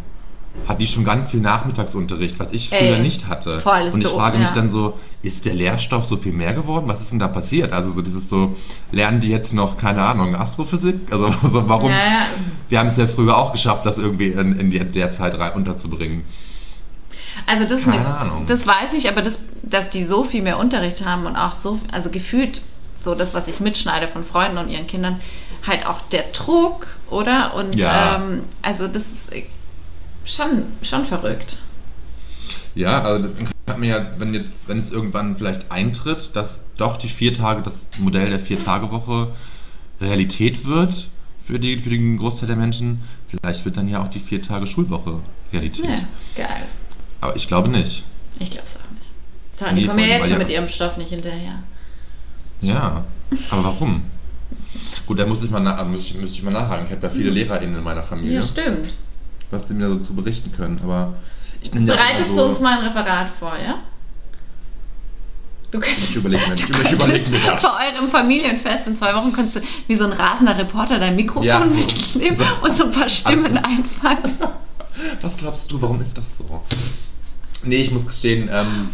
C: hat die schon ganz viel Nachmittagsunterricht, was ich früher
B: Ey,
C: nicht hatte.
B: voll, das
C: und ich
B: beo-
C: frage mich
B: ja.
C: dann so, ist der Lehrstoff so viel mehr geworden? Was ist denn da passiert? Also so dieses so, lernen die jetzt noch, keine Ahnung, Astrophysik? Also *laughs* so, warum?
B: Naja,
C: Wir haben es ja früher auch geschafft, das irgendwie in, in die, der Zeit rein unterzubringen.
B: also das, ist
C: Keine
B: eine,
C: Ahnung.
B: das weiß ich, aber das, dass die so viel mehr Unterricht haben und auch so, also gefühlt so das, was ich mitschneide von Freunden und ihren Kindern, halt auch der Druck, oder? Und
C: Ja.
B: ähm, also das ist äh, schon, schon verrückt.
C: Ja, also dann hat man ja, wenn jetzt, wenn es irgendwann vielleicht eintritt, dass doch die vier Tage, das Modell der Vier-Tage-Woche Realität wird für, die, für den Großteil der Menschen, vielleicht wird dann ja auch die vier Tage Schulwoche Realität.
B: Ja, geil.
C: Aber ich glaube nicht.
B: Ich glaub's auch nicht. Sorry,
C: Nee,
B: die kommen
C: vor
B: ja jetzt
C: allem, weil
B: schon
C: ja-
B: mit ihrem Stoff nicht hinterher.
C: Ja. Aber warum? Gut, da musste ich mal, na, also müsste ich, müsste ich mal nachhaken. Ich habe ja viele LehrerInnen in meiner
B: Mhm. Ja,
C: Familie,
B: stimmt.
C: was die mir so zu berichten können, aber ich bin ja auch
B: Bereitest
C: immer
B: du
C: so-
B: uns mal ein Referat vor, ja? Du könntest,
C: Ich überlege mir, ich über- ich überleg mir das.
B: Vor eurem Familienfest in zwei Wochen könntest du wie so ein rasender Reporter dein Mikrofon
C: Ja.
B: mitnehmen
C: So.
B: und so ein paar Stimmen
C: Alles so.
B: einfangen.
C: Was glaubst du, warum ist das so? Nee, ich muss gestehen, ähm,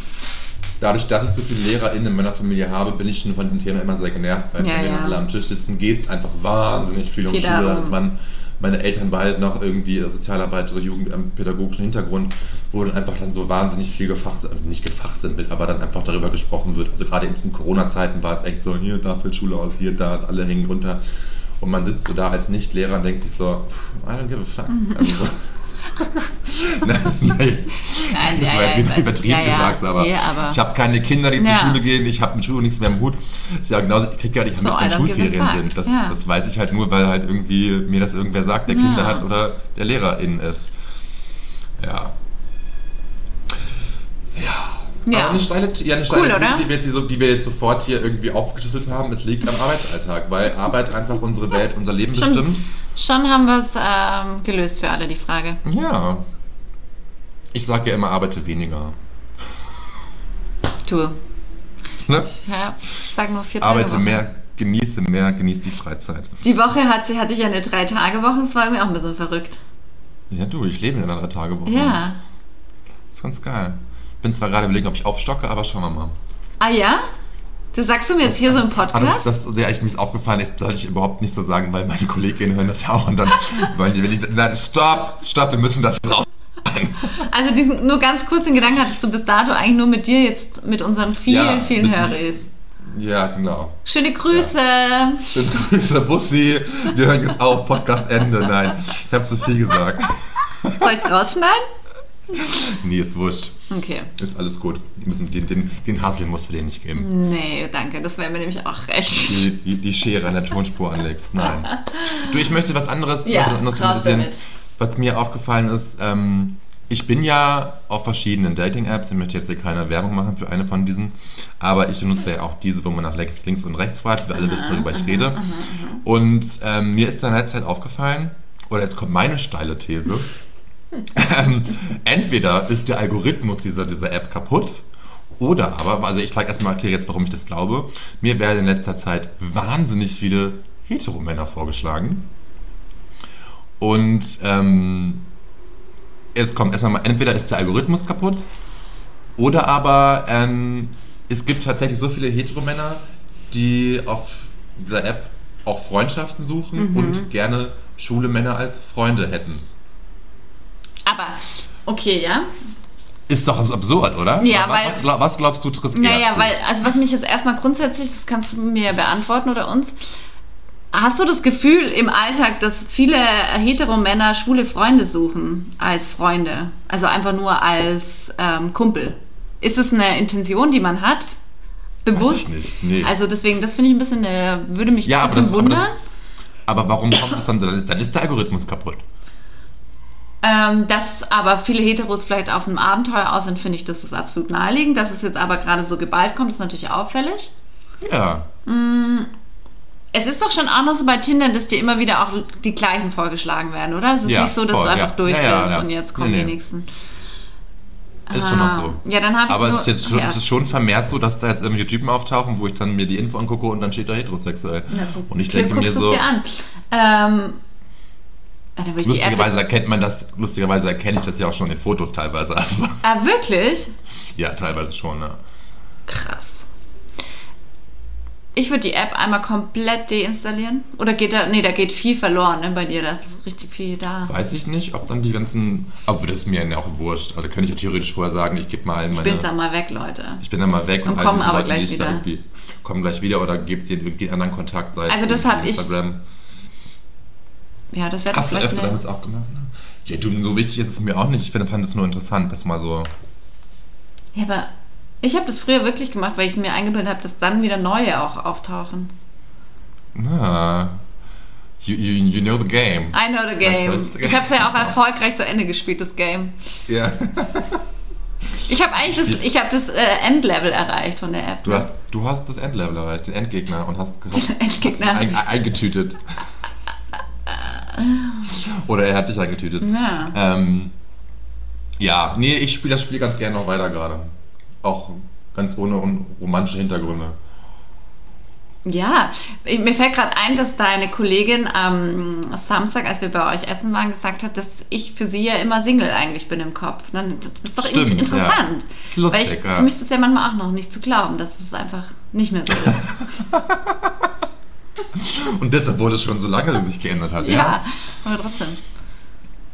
C: dadurch, dass ich so viele LehrerInnen in meiner Familie habe, bin ich schon von diesem Thema immer sehr genervt, weil
B: Ja,
C: wenn wir
B: ja.
C: alle am Tisch sitzen, geht es einfach wahnsinnig viel um
B: Viel
C: Schule.
B: darum.
C: Dass man, meine Eltern waren halt noch irgendwie Sozialarbeiter, Jugend, ähm, pädagogischen Hintergrund, wo dann einfach dann so wahnsinnig viel gefacht, also nicht gefachsimpelt, aber dann einfach darüber gesprochen wird. Also gerade in diesen Corona-Zeiten war es echt so, hier, da fällt Schule aus, hier, da, alle hängen runter. Und man sitzt so da als Nicht-Lehrer und denkt sich so, pff, I don't give a fuck.
B: Mhm.
C: Also, so. Nein, nein.
B: Nein,
C: Das
B: ja,
C: war jetzt
B: ja, ich
C: nicht
B: weiß.
C: übertrieben
B: Ja, ja.
C: gesagt, aber,
B: Ja, aber-
C: ich habe keine Kinder, die
B: Ja.
C: zur Schule gehen, ich habe mit Schule nichts mehr im Hut. Ist ja genauso, ich krieg ja nicht
B: So,
C: mit, wenn
B: I don't give a
C: Schulferien
B: fuck.
C: sind. Das,
B: Ja.
C: das weiß ich halt nur, weil halt irgendwie mir das irgendwer sagt, der
B: Ja.
C: Kinder hat oder der LehrerInnen ist. Ja. Ja.
B: Ja.
C: Aber eine steile, ja, eine steile
B: Cool,
C: These,
B: oder?
C: Die, wir jetzt, hier so- die wir jetzt sofort hier irgendwie aufgeschüttelt haben, es liegt am Arbeitsalltag, weil Arbeit einfach unsere Welt, unser Leben
B: Schon.
C: bestimmt.
B: Schon haben wir es ähm, gelöst für alle, die Frage.
C: Ja. Ich sage ja immer, arbeite weniger.
B: Du,
C: Ne?
B: ja, ich sag nur vier Tage
C: Arbeite
B: Woche.
C: mehr, genieße mehr, genieß die Freizeit.
B: Die Woche hat, sie- hatte ich ja eine Drei-Tage-Woche, das war irgendwie auch ein bisschen verrückt.
C: Ja, du, ich lebe in einer Drei-Tage-Woche.
B: Ja.
C: Ist ganz geil. Bin zwar gerade überlegen, ob ich aufstocke, aber schauen wir mal.
B: Ah ja? Das sagst du mir jetzt hier so im Podcast?
C: Ah, das, das, ja, ich, mir ist aufgefallen, das sollte ich überhaupt nicht so sagen, weil meine Kolleginnen hören das ja auch und dann wollen die, wenn ich, nein, stopp, stopp, wir müssen das raus.
B: Also diesen nur ganz kurz den Gedanken hattest du bis dato eigentlich nur mit dir jetzt mit unseren vielen,
C: Ja,
B: vielen
C: mit mir.
B: Höris.
C: Ja, genau.
B: Schöne Grüße.
C: Schöne Grüße, Bussi. Wir hören jetzt auf, Podcast Ende. Nein, ich habe zu viel gesagt.
B: Soll ich es rausschneiden?
C: Nee, ist wurscht.
B: Okay.
C: Ist alles gut. Wir müssen den, den, den Hassel musst du dir nicht geben.
B: Nee, danke. Das wäre mir nämlich auch recht.
C: Die, die, die Schere an der Tonspur anlegst. Nein. Du, ich möchte was anderes,
B: Ja,
C: möchte was anderes
B: raus
C: interessieren.
B: damit.
C: Was mir aufgefallen ist, ähm, ich bin ja auf verschiedenen Dating-Apps. Ich möchte jetzt hier keine Werbung machen für eine von diesen. Aber ich benutze ja auch diese, wo man nach rechts, links und rechts swipet. Wir alle wissen, worüber ich rede. Und ähm, mir ist dann halt halt aufgefallen, oder jetzt kommt meine steile These. ähm, entweder ist der Algorithmus dieser, dieser App kaputt oder aber, also ich frage erstmal, erkläre jetzt, warum ich das glaube. Mir werden in letzter Zeit wahnsinnig viele Heteromänner vorgeschlagen. Und ähm, jetzt kommt erstmal, mal, entweder ist der Algorithmus kaputt oder aber ähm, es gibt tatsächlich so viele Heteromänner, die auf dieser App auch Freundschaften suchen und gerne schwule Männer als Freunde hätten.
B: Aber okay, ja.
C: Ist doch absurd, oder?
B: Ja,
C: was,
B: weil-
C: was, glaub- was glaubst du trifft eher
B: Naja,
C: zu?
B: weil, also was mich jetzt erstmal grundsätzlich, das kannst du mir beantworten oder uns. Hast du das Gefühl im Alltag, dass viele Hetero-Männer schwule Freunde suchen als Freunde? Also einfach nur als ähm, Kumpel? Ist es eine Intention, die man hat? Bewusst?
C: Weiß ich nicht, nee.
B: Also deswegen, das finde ich ein bisschen, äh, würde mich
C: ja,
B: ein
C: aber,
B: bisschen
C: das, aber, das,
B: wundern.
C: aber warum kommt das dann? Dann ist- dann ist der Algorithmus kaputt.
B: Ähm, dass aber viele Heteros vielleicht auf einem Abenteuer aus sind, finde ich, das ist absolut naheliegend. Dass es jetzt aber gerade so geballt kommt, ist natürlich auffällig.
C: Ja.
B: Es ist doch schon auch noch so bei Tinder, dass dir immer wieder auch die gleichen vorgeschlagen werden, oder? Es ist
C: Ja,
B: nicht so, dass
C: voll,
B: du einfach
C: ja.
B: durch
C: Ja, ja,
B: bist
C: ja.
B: und jetzt kommen
C: Nee,
B: die
C: nee.
B: nächsten. Ah.
C: Ist schon noch so.
B: Ja, dann habe ich
C: Aber
B: nur,
C: es ist jetzt schon,
B: ja.
C: es ist schon vermehrt so, dass da jetzt irgendwelche Typen auftauchen, wo ich dann mir die Info angucke und dann steht da heterosexuell.
B: Ja, so
C: und ich
B: Glück
C: denke mir
B: guckst du
C: so,
B: es dir an. Ähm, ah, dann würde ich die App-
C: lustigerweise erkennt man das, lustigerweise erkenne ich das ja auch schon in den Fotos teilweise. *laughs* Also,
B: Ah, wirklich?
C: ja, teilweise schon, ne. ja.
B: Krass. Ich würde die App einmal komplett deinstallieren. Oder geht da, nee, da geht viel verloren ne, bei dir. Da ist richtig viel da.
C: Weiß ich nicht, ob dann die ganzen, aber das ist mir ja auch wurscht. Also könnte ich ja theoretisch vorher sagen, ich gebe mal
B: Ich
C: meine...
B: bin's dann mal weg, Leute.
C: Ich bin dann mal weg und,
B: Und
C: halt
B: kommen
C: diesen
B: aber
C: Leuten,
B: gleich
C: die ich da
B: wieder.
C: irgendwie kommen gleich wieder oder gebt den irgendwie einen anderen Kontakt sei es
B: Also das
C: irgendwie
B: hab ich-
C: Instagram.
B: Ja, das wäre doch
C: Hast du
B: vielleicht
C: öfter
B: eine-
C: damit auch gemacht? Ne? Ja, du, so wichtig ist es mir auch nicht. Ich finde, fand es nur interessant, dass mal so.
B: Ja, aber ich habe das früher wirklich gemacht, weil ich mir eingebildet habe, dass dann wieder neue auch auftauchen.
C: Na, you, you, you know the game.
B: I know the game.
C: Vielleicht-
B: Ich habe es ja auch erfolgreich zu Ende gespielt, das Game.
C: Ja.
B: Ich habe eigentlich das, ich hab das äh, Endlevel erreicht von der App.
C: Du hast, du hast das Endlevel erreicht, den Endgegner und hast
B: Den Endgegner.
C: hast ihn ein, eingetütet. Oder er hat dich eingetütet.
B: Ja.
C: Ähm, ja, nee, ich spiele das Spiel ganz gerne noch weiter gerade. Auch ganz ohne un- romantische Hintergründe.
B: Ja, ich, mir fällt gerade ein, dass deine Kollegin am Samstag, als wir bei euch essen waren, gesagt hat, dass ich für sie ja immer Single eigentlich bin im Kopf. Dann, das ist doch
C: Stimmt,
B: irgendwie interessant.
C: ja. Ist lustig,
B: weil ich,
C: ja.
B: Für mich ist das ja manchmal auch noch nicht zu glauben, dass es einfach nicht mehr so ist.
C: Und deshalb wurde es schon so lange sich geändert hat.
B: Ja, aber trotzdem.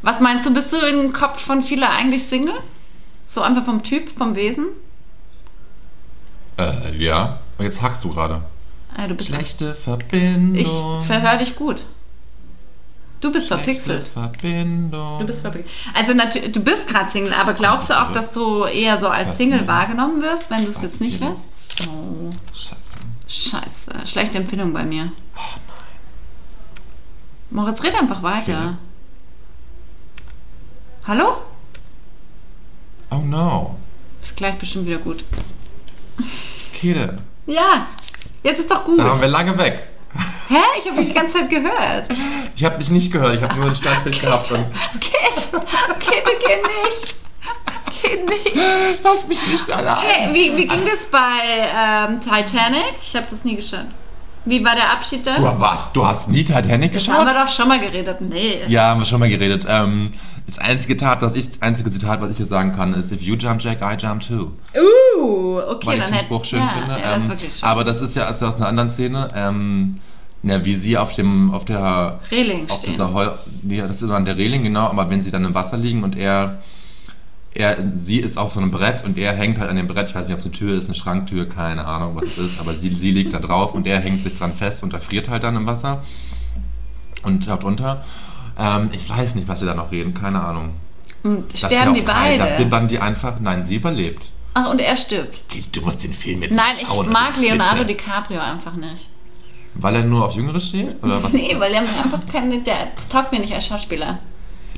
B: Was meinst du, bist du im Kopf von vieler eigentlich Single? So einfach vom Typ, vom Wesen?
C: Äh, ja. Und jetzt hackst du gerade.
B: Ah, du bist
C: Schlechte Verbindung.
B: Ich verhör dich gut. Du bist verpixelt.
C: Schlechte Verbindung.
B: Du bist verpixelt. Also natürlich, du bist gerade Single, aber glaubst du auch, dass du eher so als
C: Was
B: Single
C: denn?
B: wahrgenommen wirst, wenn du es
C: Was
B: jetzt nicht
C: hier
B: wärst? Oh,
C: Scheiße.
B: scheiße. Schlechte Empfindung bei mir. Oh nein. Moritz, red einfach weiter. Hallo?
C: Oh no.
B: Ist gleich bestimmt wieder gut.
C: Kede.
B: Ja, jetzt ist doch gut.
C: Da waren wir lange weg.
B: Hä? Ich habe dich die ganze Zeit gehört.
C: Ich habe dich nicht gehört, ich habe nur ein Standbild gehabt. Und
B: Geht, geht, geht nicht. Geht nicht.
C: Lass mich nicht allein.
B: Hey, wie, wie ging das bei ähm, Titanic? Ich habe das nie geschaut. Wie war der Abschied da?
C: Du was? Du hast nie Titanic
B: Haben
C: geschaut?
B: wir doch schon mal geredet. Nee.
C: Ja, haben wir schon mal geredet. Ähm, das einzige Zitat, das ich, das einzige Zitat, was ich hier sagen kann, ist If you jump, Jack, I jump too.
B: Uh, Uh, okay,
C: weil ich
B: dann
C: den
B: hätte-
C: Spruch schön
B: ja,
C: finde.
B: Ja, das ist
C: ähm,
B: wirklich schön.
C: aber das ist ja also aus einer anderen Szene, ähm, na, wie sie auf dem, auf der,
B: Reling
C: auf
B: stehen.
C: dieser Hol nee, das ist an der Reling, genau, aber wenn sie dann im Wasser liegen und er, er, sie ist auf so einem Brett und er hängt halt an dem Brett, ich weiß nicht, ob es eine Tür ist, eine Schranktür, keine Ahnung, was es ist, aber sie, sie liegt da drauf und er hängt sich dran fest und erfriert halt dann im Wasser und taucht unter. Ähm, ich weiß nicht, was sie da noch reden, keine Ahnung.
B: Und
C: Das ist
B: sterben
C: ja
B: die
C: auch geil, Da
B: beide.
C: bibbern die einfach, nein, sie überlebt.
B: Ach, und er stirbt.
C: Du musst den Film jetzt
B: Nein,
C: mal
B: ich
C: schauen, also
B: mag Leonardo
C: bitte.
B: DiCaprio einfach nicht.
C: Weil er nur auf Jüngere steht? Oder
B: *laughs*
C: was?
B: Nee, weil er mir einfach keine. Der taugt mir nicht als Schauspieler.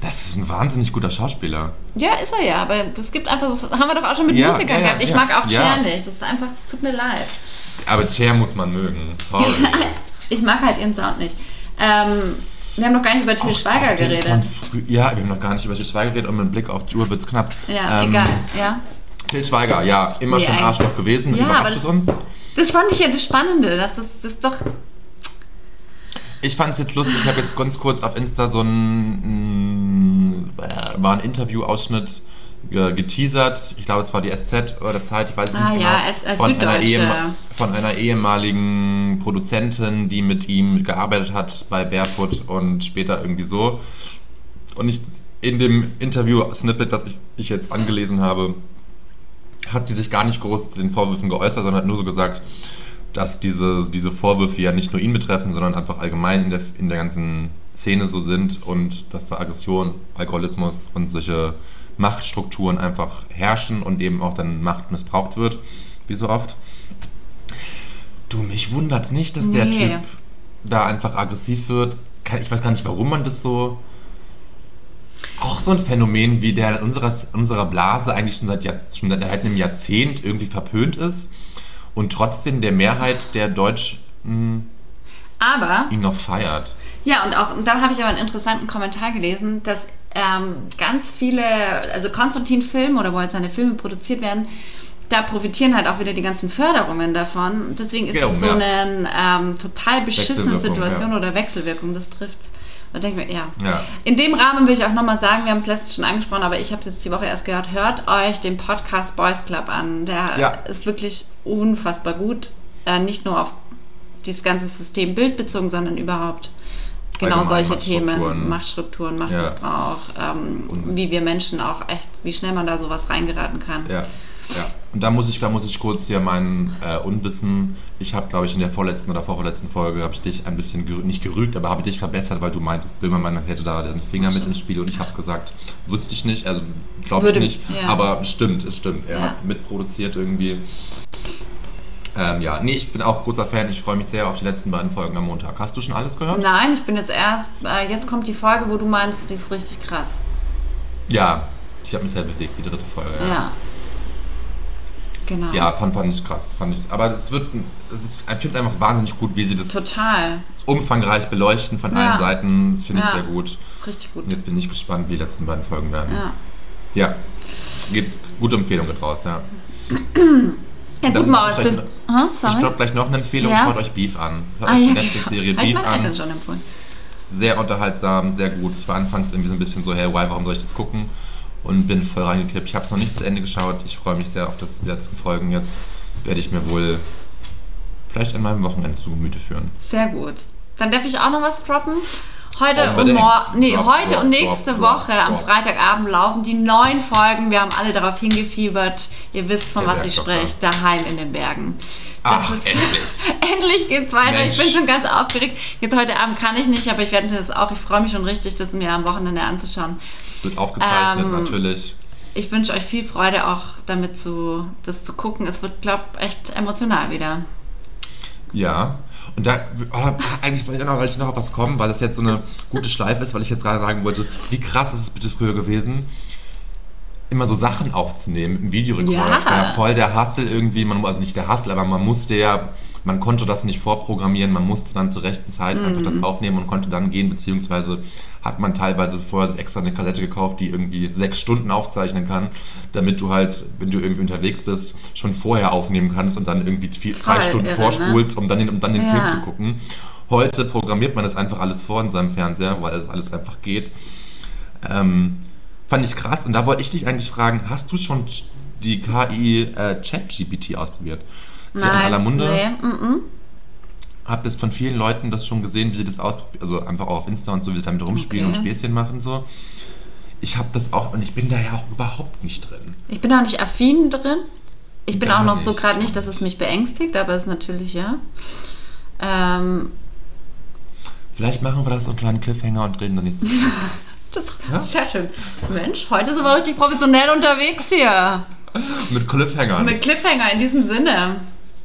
C: Das ist ein wahnsinnig guter Schauspieler.
B: Ja, ist er ja, aber es gibt einfach, das haben wir doch auch schon mit
C: Ja,
B: Musikern
C: ja, ja,
B: gehabt. Ich
C: ja.
B: mag auch
C: Ja.
B: Cher nicht. Das ist einfach, es tut mir leid.
C: Aber Cher muss man mögen. Sorry.
B: *laughs* Ich mag halt ihren Sound nicht. Ähm, wir haben noch gar nicht über Till
C: Auch-
B: Schweiger
C: auch den von
B: geredet.
C: frü- Ja, wir haben noch gar nicht über Til Schweiger geredet und mit Blick auf die Uhr wird's knapp.
B: Ja,
C: Ähm,
B: egal. Ja.
C: Til Schweiger, ja, immer
B: Nee,
C: schon
B: eigentlich-
C: Arschloch gewesen.
B: Ja, aber
C: Überrascht es
B: das-
C: uns?
B: Das fand ich ja das Spannende, dass das, das doch.
C: Ich fand es jetzt lustig, ich habe jetzt ganz kurz auf Insta so ein, mm, äh, war ein Interview-Ausschnitt ge- geteasert. Ich glaube, es war die SZ oder Zeit, ich weiß es
B: Ah,
C: nicht
B: ja,
C: genau.
B: es- äh,
C: einer
B: Süddeutsche.
C: ehema- von einer ehemaligen Produzentin, die mit ihm gearbeitet hat bei Barefoot und später irgendwie so. Und ich, in dem Interview-Snippet, das ich, ich jetzt angelesen habe, hat sie sich gar nicht groß zu den Vorwürfen geäußert, sondern hat nur so gesagt, dass diese, diese Vorwürfe ja nicht nur ihn betreffen, sondern einfach allgemein in der, in der ganzen Szene so sind und dass da Aggression, Alkoholismus und solche Machtstrukturen einfach herrschen und eben auch dann Macht missbraucht wird, wie so oft. Du, mich wundert's nicht, dass der
B: Nee.
C: Typ da einfach aggressiv wird. Kein- Ich weiß gar nicht, warum man das so. Auch so ein Phänomen, wie der in unserer, unserer Blase eigentlich schon seit, Jahr, schon seit halt einem Jahrzehnt irgendwie verpönt ist und trotzdem der Mehrheit der Deutschen ihn
B: Aber,
C: noch feiert.
B: ja, und auch, und da habe ich aber einen interessanten Kommentar gelesen, dass ähm, ganz viele, also Konstantin-Filme oder wo halt seine Filme produziert werden, da profitieren halt auch wieder die ganzen Förderungen davon. Deswegen ist
C: Genau,
B: es so
C: ja.
B: eine ähm, total beschissene
C: Wechselwirkung,
B: Situation
C: ja.
B: oder Wechselwirkung, das trifft. Da denke ich mir, ja.
C: Ja.
B: In dem Rahmen will ich auch nochmal sagen, wir haben es letztens schon angesprochen, aber ich habe es jetzt die Woche erst gehört, hört euch den Podcast Boys Club an. Der
C: Ja.
B: ist wirklich unfassbar gut. Äh, nicht nur auf dieses ganze System Bild bezogen, sondern überhaupt genau
C: Allgemein
B: solche Themen. Machtstrukturen,
C: Machtstrukturen. Ja.
B: Machtmissbrauch, ähm,
C: Und-
B: wie wir Menschen auch echt, wie schnell man da sowas reingeraten kann.
C: Ja. ja. Und da muss ich, da muss ich kurz hier mein äh, Unwissen. Ich habe, glaube ich, in der vorletzten oder vorvorletzten Folge habe ich dich ein bisschen gerü nicht gerügt, aber habe dich verbessert, weil du meintest, Böhmermann hätte da den Finger mit im Spiel und ich habe gesagt, wusste ich nicht, also glaube ich
B: Würde-
C: nicht,
B: ja.
C: aber stimmt, es stimmt. Er
B: Ja.
C: hat mitproduziert irgendwie. Ähm, ja, nee, ich bin auch großer Fan. Ich freue mich sehr auf die letzten beiden Folgen am Montag. Hast du schon alles gehört?
B: Nein, ich bin jetzt erst, äh, jetzt kommt die Folge, wo du meinst, die ist richtig krass.
C: Ja, ich habe mich sehr bewegt, die dritte Folge.
B: Ja. Genau.
C: Ja, fand, fand ich krass. Fand ich, aber es wird, es ist, ich finde es einfach wahnsinnig gut, wie sie das
B: Total.
C: umfangreich beleuchten von
B: Ja.
C: allen Seiten. Das finde ich
B: Ja.
C: sehr gut.
B: Richtig gut.
C: Und jetzt bin ich gespannt, wie die letzten beiden Folgen werden.
B: Ja.
C: Ja, Geht, gute Empfehlung geht raus, ja.
B: Ja, gut,
C: Dann
B: Maus.
C: vielleicht
B: bef- Hä?
C: Ich
B: Sorry.
C: glaube, gleich noch eine Empfehlung.
B: Ja.
C: Schaut euch Beef an. Schaut
B: Ah,
C: euch
B: ja,
C: die
B: genau.
C: Netflix-Serie
B: Habe ich
C: Beef
B: meinen Eltern
C: an.
B: schon empfohlen.
C: Sehr unterhaltsam, sehr gut. Ich war anfangs irgendwie so ein bisschen so, hey, why, warum soll ich das gucken? Und bin voll reingekippt. Ich habe es noch nicht zu Ende geschaut. Ich freue mich sehr auf das, die letzten Folgen. Jetzt werde ich mir wohl vielleicht an meinem Wochenende zu Gemüte führen.
B: Sehr gut. Dann darf ich auch noch was droppen. Heute, und,
C: Unbedingt.
B: mor- nee,
C: Drop,
B: heute
C: drop,
B: und nächste
C: drop,
B: Woche
C: drop,
B: am
C: drop.
B: Freitagabend laufen die neuen Folgen. Wir haben alle darauf hingefiebert. Ihr wisst, von
C: Der
B: was ich
C: Bergdoktor.
B: spreche. Daheim in den Bergen. Das
C: Ach,
B: ist- *laughs*
C: endlich.
B: Endlich geht's weiter.
C: Mensch.
B: Ich bin schon ganz aufgeregt. Jetzt heute Abend kann ich nicht, aber ich werde mir das auch. Ich freue mich schon richtig, das mir am Wochenende anzuschauen.
C: Es wird aufgezeichnet,
B: Ähm,
C: natürlich.
B: Ich wünsche euch viel Freude auch damit zu das zu gucken. Es wird, glaube ich, echt emotional wieder.
C: Ja. Und da, oh, eigentlich wollte ich noch, wollte ich noch auf was kommen, weil das jetzt so eine gute Schleife ist, weil ich jetzt gerade sagen wollte, wie krass ist es bitte früher gewesen, immer so Sachen aufzunehmen mit einem Videorekorder.
B: Ja.
C: Das war ja voll der Hassel irgendwie, man, also nicht der Hassel, aber man musste ja, man konnte das nicht vorprogrammieren, man musste dann zur rechten Zeit
B: Mhm.
C: einfach das aufnehmen und konnte dann gehen, beziehungsweise hat man teilweise vorher sich extra eine Kassette gekauft, die irgendwie sechs Stunden aufzeichnen kann, damit du halt, wenn du irgendwie unterwegs bist, schon vorher aufnehmen kannst und dann irgendwie vier, zwei
B: Voll
C: Stunden
B: irre, ne?
C: vorspulst, um dann den, um dann den
B: Ja.
C: Film zu gucken. Heute programmiert man das einfach alles vor in seinem Fernseher, weil das alles einfach geht. Ähm, fand ich krass. Und da wollte ich dich eigentlich fragen, hast du schon die KI äh, ChatGPT ausprobiert. Ist ja in aller
B: Nein,
C: Munde.
B: nee, mhm.
C: Hab das von vielen Leuten das schon gesehen, wie sie das aus, also einfach auch auf Insta und so, wie sie damit rumspielen
B: Okay.
C: und Späßchen machen so. Ich habe das auch und ich bin da ja auch überhaupt nicht drin.
B: Ich bin auch nicht affin drin. Ich bin
C: Gar
B: auch noch so
C: nicht.
B: gerade nicht, dass es mich beängstigt, aber es ist natürlich ja. Ähm,
C: Vielleicht machen wir das so einen kleinen Cliffhanger und reden
B: *laughs*
C: dann jetzt.
B: das ist
C: Ja?
B: sehr schön. Mensch, heute sind wir richtig professionell unterwegs hier.
C: mit Cliffhangern.
B: Mit Cliffhanger in diesem Sinne.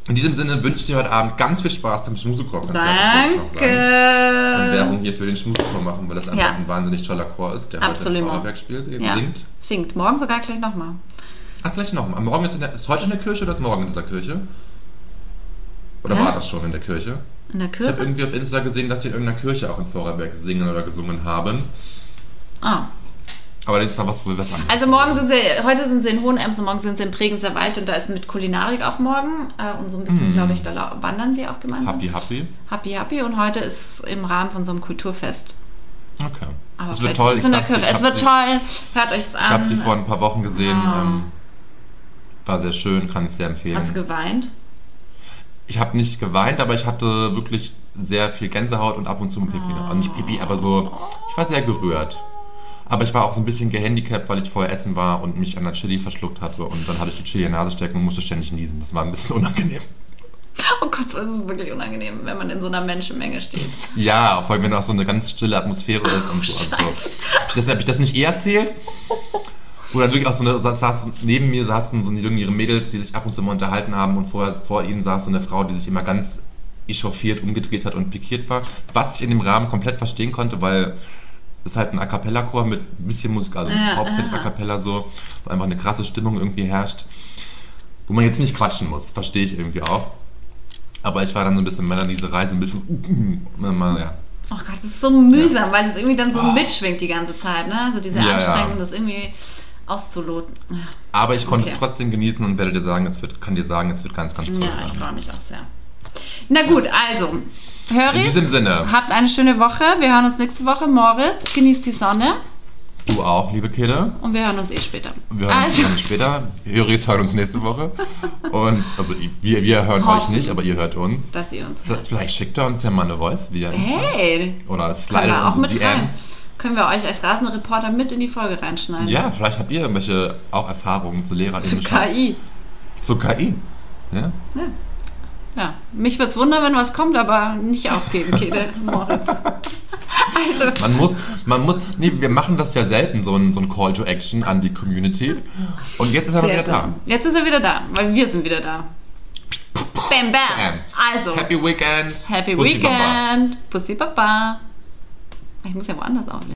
C: In diesem Sinne wünsche ich dir heute Abend ganz viel Spaß beim Schmusekoch. Und Werbung
B: Danke.
C: hier für den Schmusekoch machen, weil das einfach
B: Ja.
C: ein wahnsinnig toller Chor ist, der heute im
B: Absolut.
C: Feuerwerk spielt, eben
B: Ja.
C: singt.
B: Singt. Morgen sogar gleich nochmal.
C: Ach, gleich nochmal. Morgen ist, in der, ist heute in der Kirche oder ist morgen in der Kirche? Oder
B: Hä?
C: war das schon in der Kirche?
B: In der
C: Ich habe
B: Kirche?
C: irgendwie auf Insta gesehen, dass sie in irgendeiner Kirche auch in Vorarlberg singen oder gesungen haben.
B: Ah.
C: Aber das war was wohl was anderes.
B: Also morgen sind sie, heute sind sie in Hohenems und morgen sind sie in Bregenzer Wald und da ist mit Kulinarik auch morgen. Äh, und so ein bisschen,
C: Mhm.
B: glaube ich, da lau- wandern sie auch gemeinsam.
C: Happy, happy.
B: Happy Happy und heute ist es im Rahmen von so einem Kulturfest.
C: Okay.
B: Aber
C: es
B: vielleicht
C: wird toll.
B: Ist
C: Ich
B: es in der
C: sag's dir,
B: Kirche.
C: ich
B: Es wird
C: hab sie-
B: toll. Hört euch es an.
C: Ich habe sie vor ein paar Wochen gesehen.
B: Ah.
C: Ähm, war sehr schön, kann ich sehr empfehlen.
B: Hast du geweint?
C: ich habe nicht geweint, aber ich hatte wirklich sehr viel Gänsehaut und ab und zu ein Pipi. Also Nicht Pipi, aber so, ich war sehr gerührt. Aber ich war auch so ein bisschen gehandicapt, weil ich vorher essen war und mich an der Chili verschluckt hatte. Und dann hatte ich die Chili in der Nase stecken und musste ständig niesen. Das war ein bisschen *laughs* unangenehm.
B: Oh Gott, so ist es wirklich unangenehm, wenn man in so einer Menschenmenge
C: *laughs*
B: steht.
C: Ja, vor allem wenn auch so eine ganz stille Atmosphäre ist und so. Und so.
B: Scheiße.
C: Hab ich das, hab ich das nicht eh erzählt? Wo dann wirklich auch so eine, sa- saß, neben mir saßen so irgendwie ihre Mädels, die sich ab und zu mal unterhalten haben und vorher, vor ihnen saß so eine Frau, die sich immer ganz echauffiert umgedreht hat und pikiert war. Was ich in dem Rahmen komplett verstehen konnte, weil es halt ein A Cappella-Chor mit ein bisschen Musik, also
B: Ja,
C: hauptsächlich
B: aha.
C: A Cappella so, wo einfach eine krasse Stimmung irgendwie herrscht, wo man jetzt nicht quatschen muss, verstehe ich irgendwie auch. Aber ich war dann so ein bisschen, meiner diese Reise ein bisschen, uh, uh, ja,
B: Oh Gott, das ist so mühsam, weil es irgendwie dann so
C: Oh.
B: mitschwingt die ganze Zeit, ne? Also diese
C: Ja, ja.
B: Anstrengung, das irgendwie auszuloten. Ja,
C: Aber ich konnte es
B: Okay.
C: trotzdem genießen und werde dir sagen, es wird, kann dir sagen, es wird ganz, ganz toll.
B: ja ich
C: werden.
B: freue mich auch sehr. Na gut, also,
C: In
B: Höris,
C: diesem Sinne,
B: habt eine schöne Woche. Wir hören uns nächste Woche. Moritz, genießt die Sonne
C: du auch, liebe Kehle.
B: und wir hören uns eh später.
C: Wir hören uns gerne später. Höris hören uns nächste Woche. Und also wir, wir hören euch
B: Hoffen.
C: nicht, aber ihr hört uns.
B: *laughs* dass ihr uns hört.
C: V- Vielleicht schickt ihr uns ja mal eine Voice via Insta.
B: Hey,
C: Oder
B: können
C: slidet
B: wir auch
C: unsere
B: mit rein.
C: DMs.
B: Können wir euch als Rasenreporter mit in die Folge reinschneiden?
C: Ja, vielleicht habt ihr irgendwelche auch Erfahrungen zu
B: *laughs*
C: Lehrern.
B: Zu KI.
C: Zu KI. Ja?
B: Ja. ja. Mich würde es wundern, wenn was kommt, aber nicht aufgeben,
C: *laughs*
B: Kede Moritz. *laughs* Also,
C: Man muss, man muss, nee, wir machen das ja selten, so ein, so ein Call to Action an die Community. Und jetzt ist er aber wieder
B: sehr
C: da.
B: schön. Jetzt ist er wieder da, weil wir sind wieder da. Bam, bam.
C: Bam.
B: Also, happy,
C: Happy Weekend. Bussi Baba.
B: Weekend. Pussy Baba. Ich muss ja woanders aufnehmen.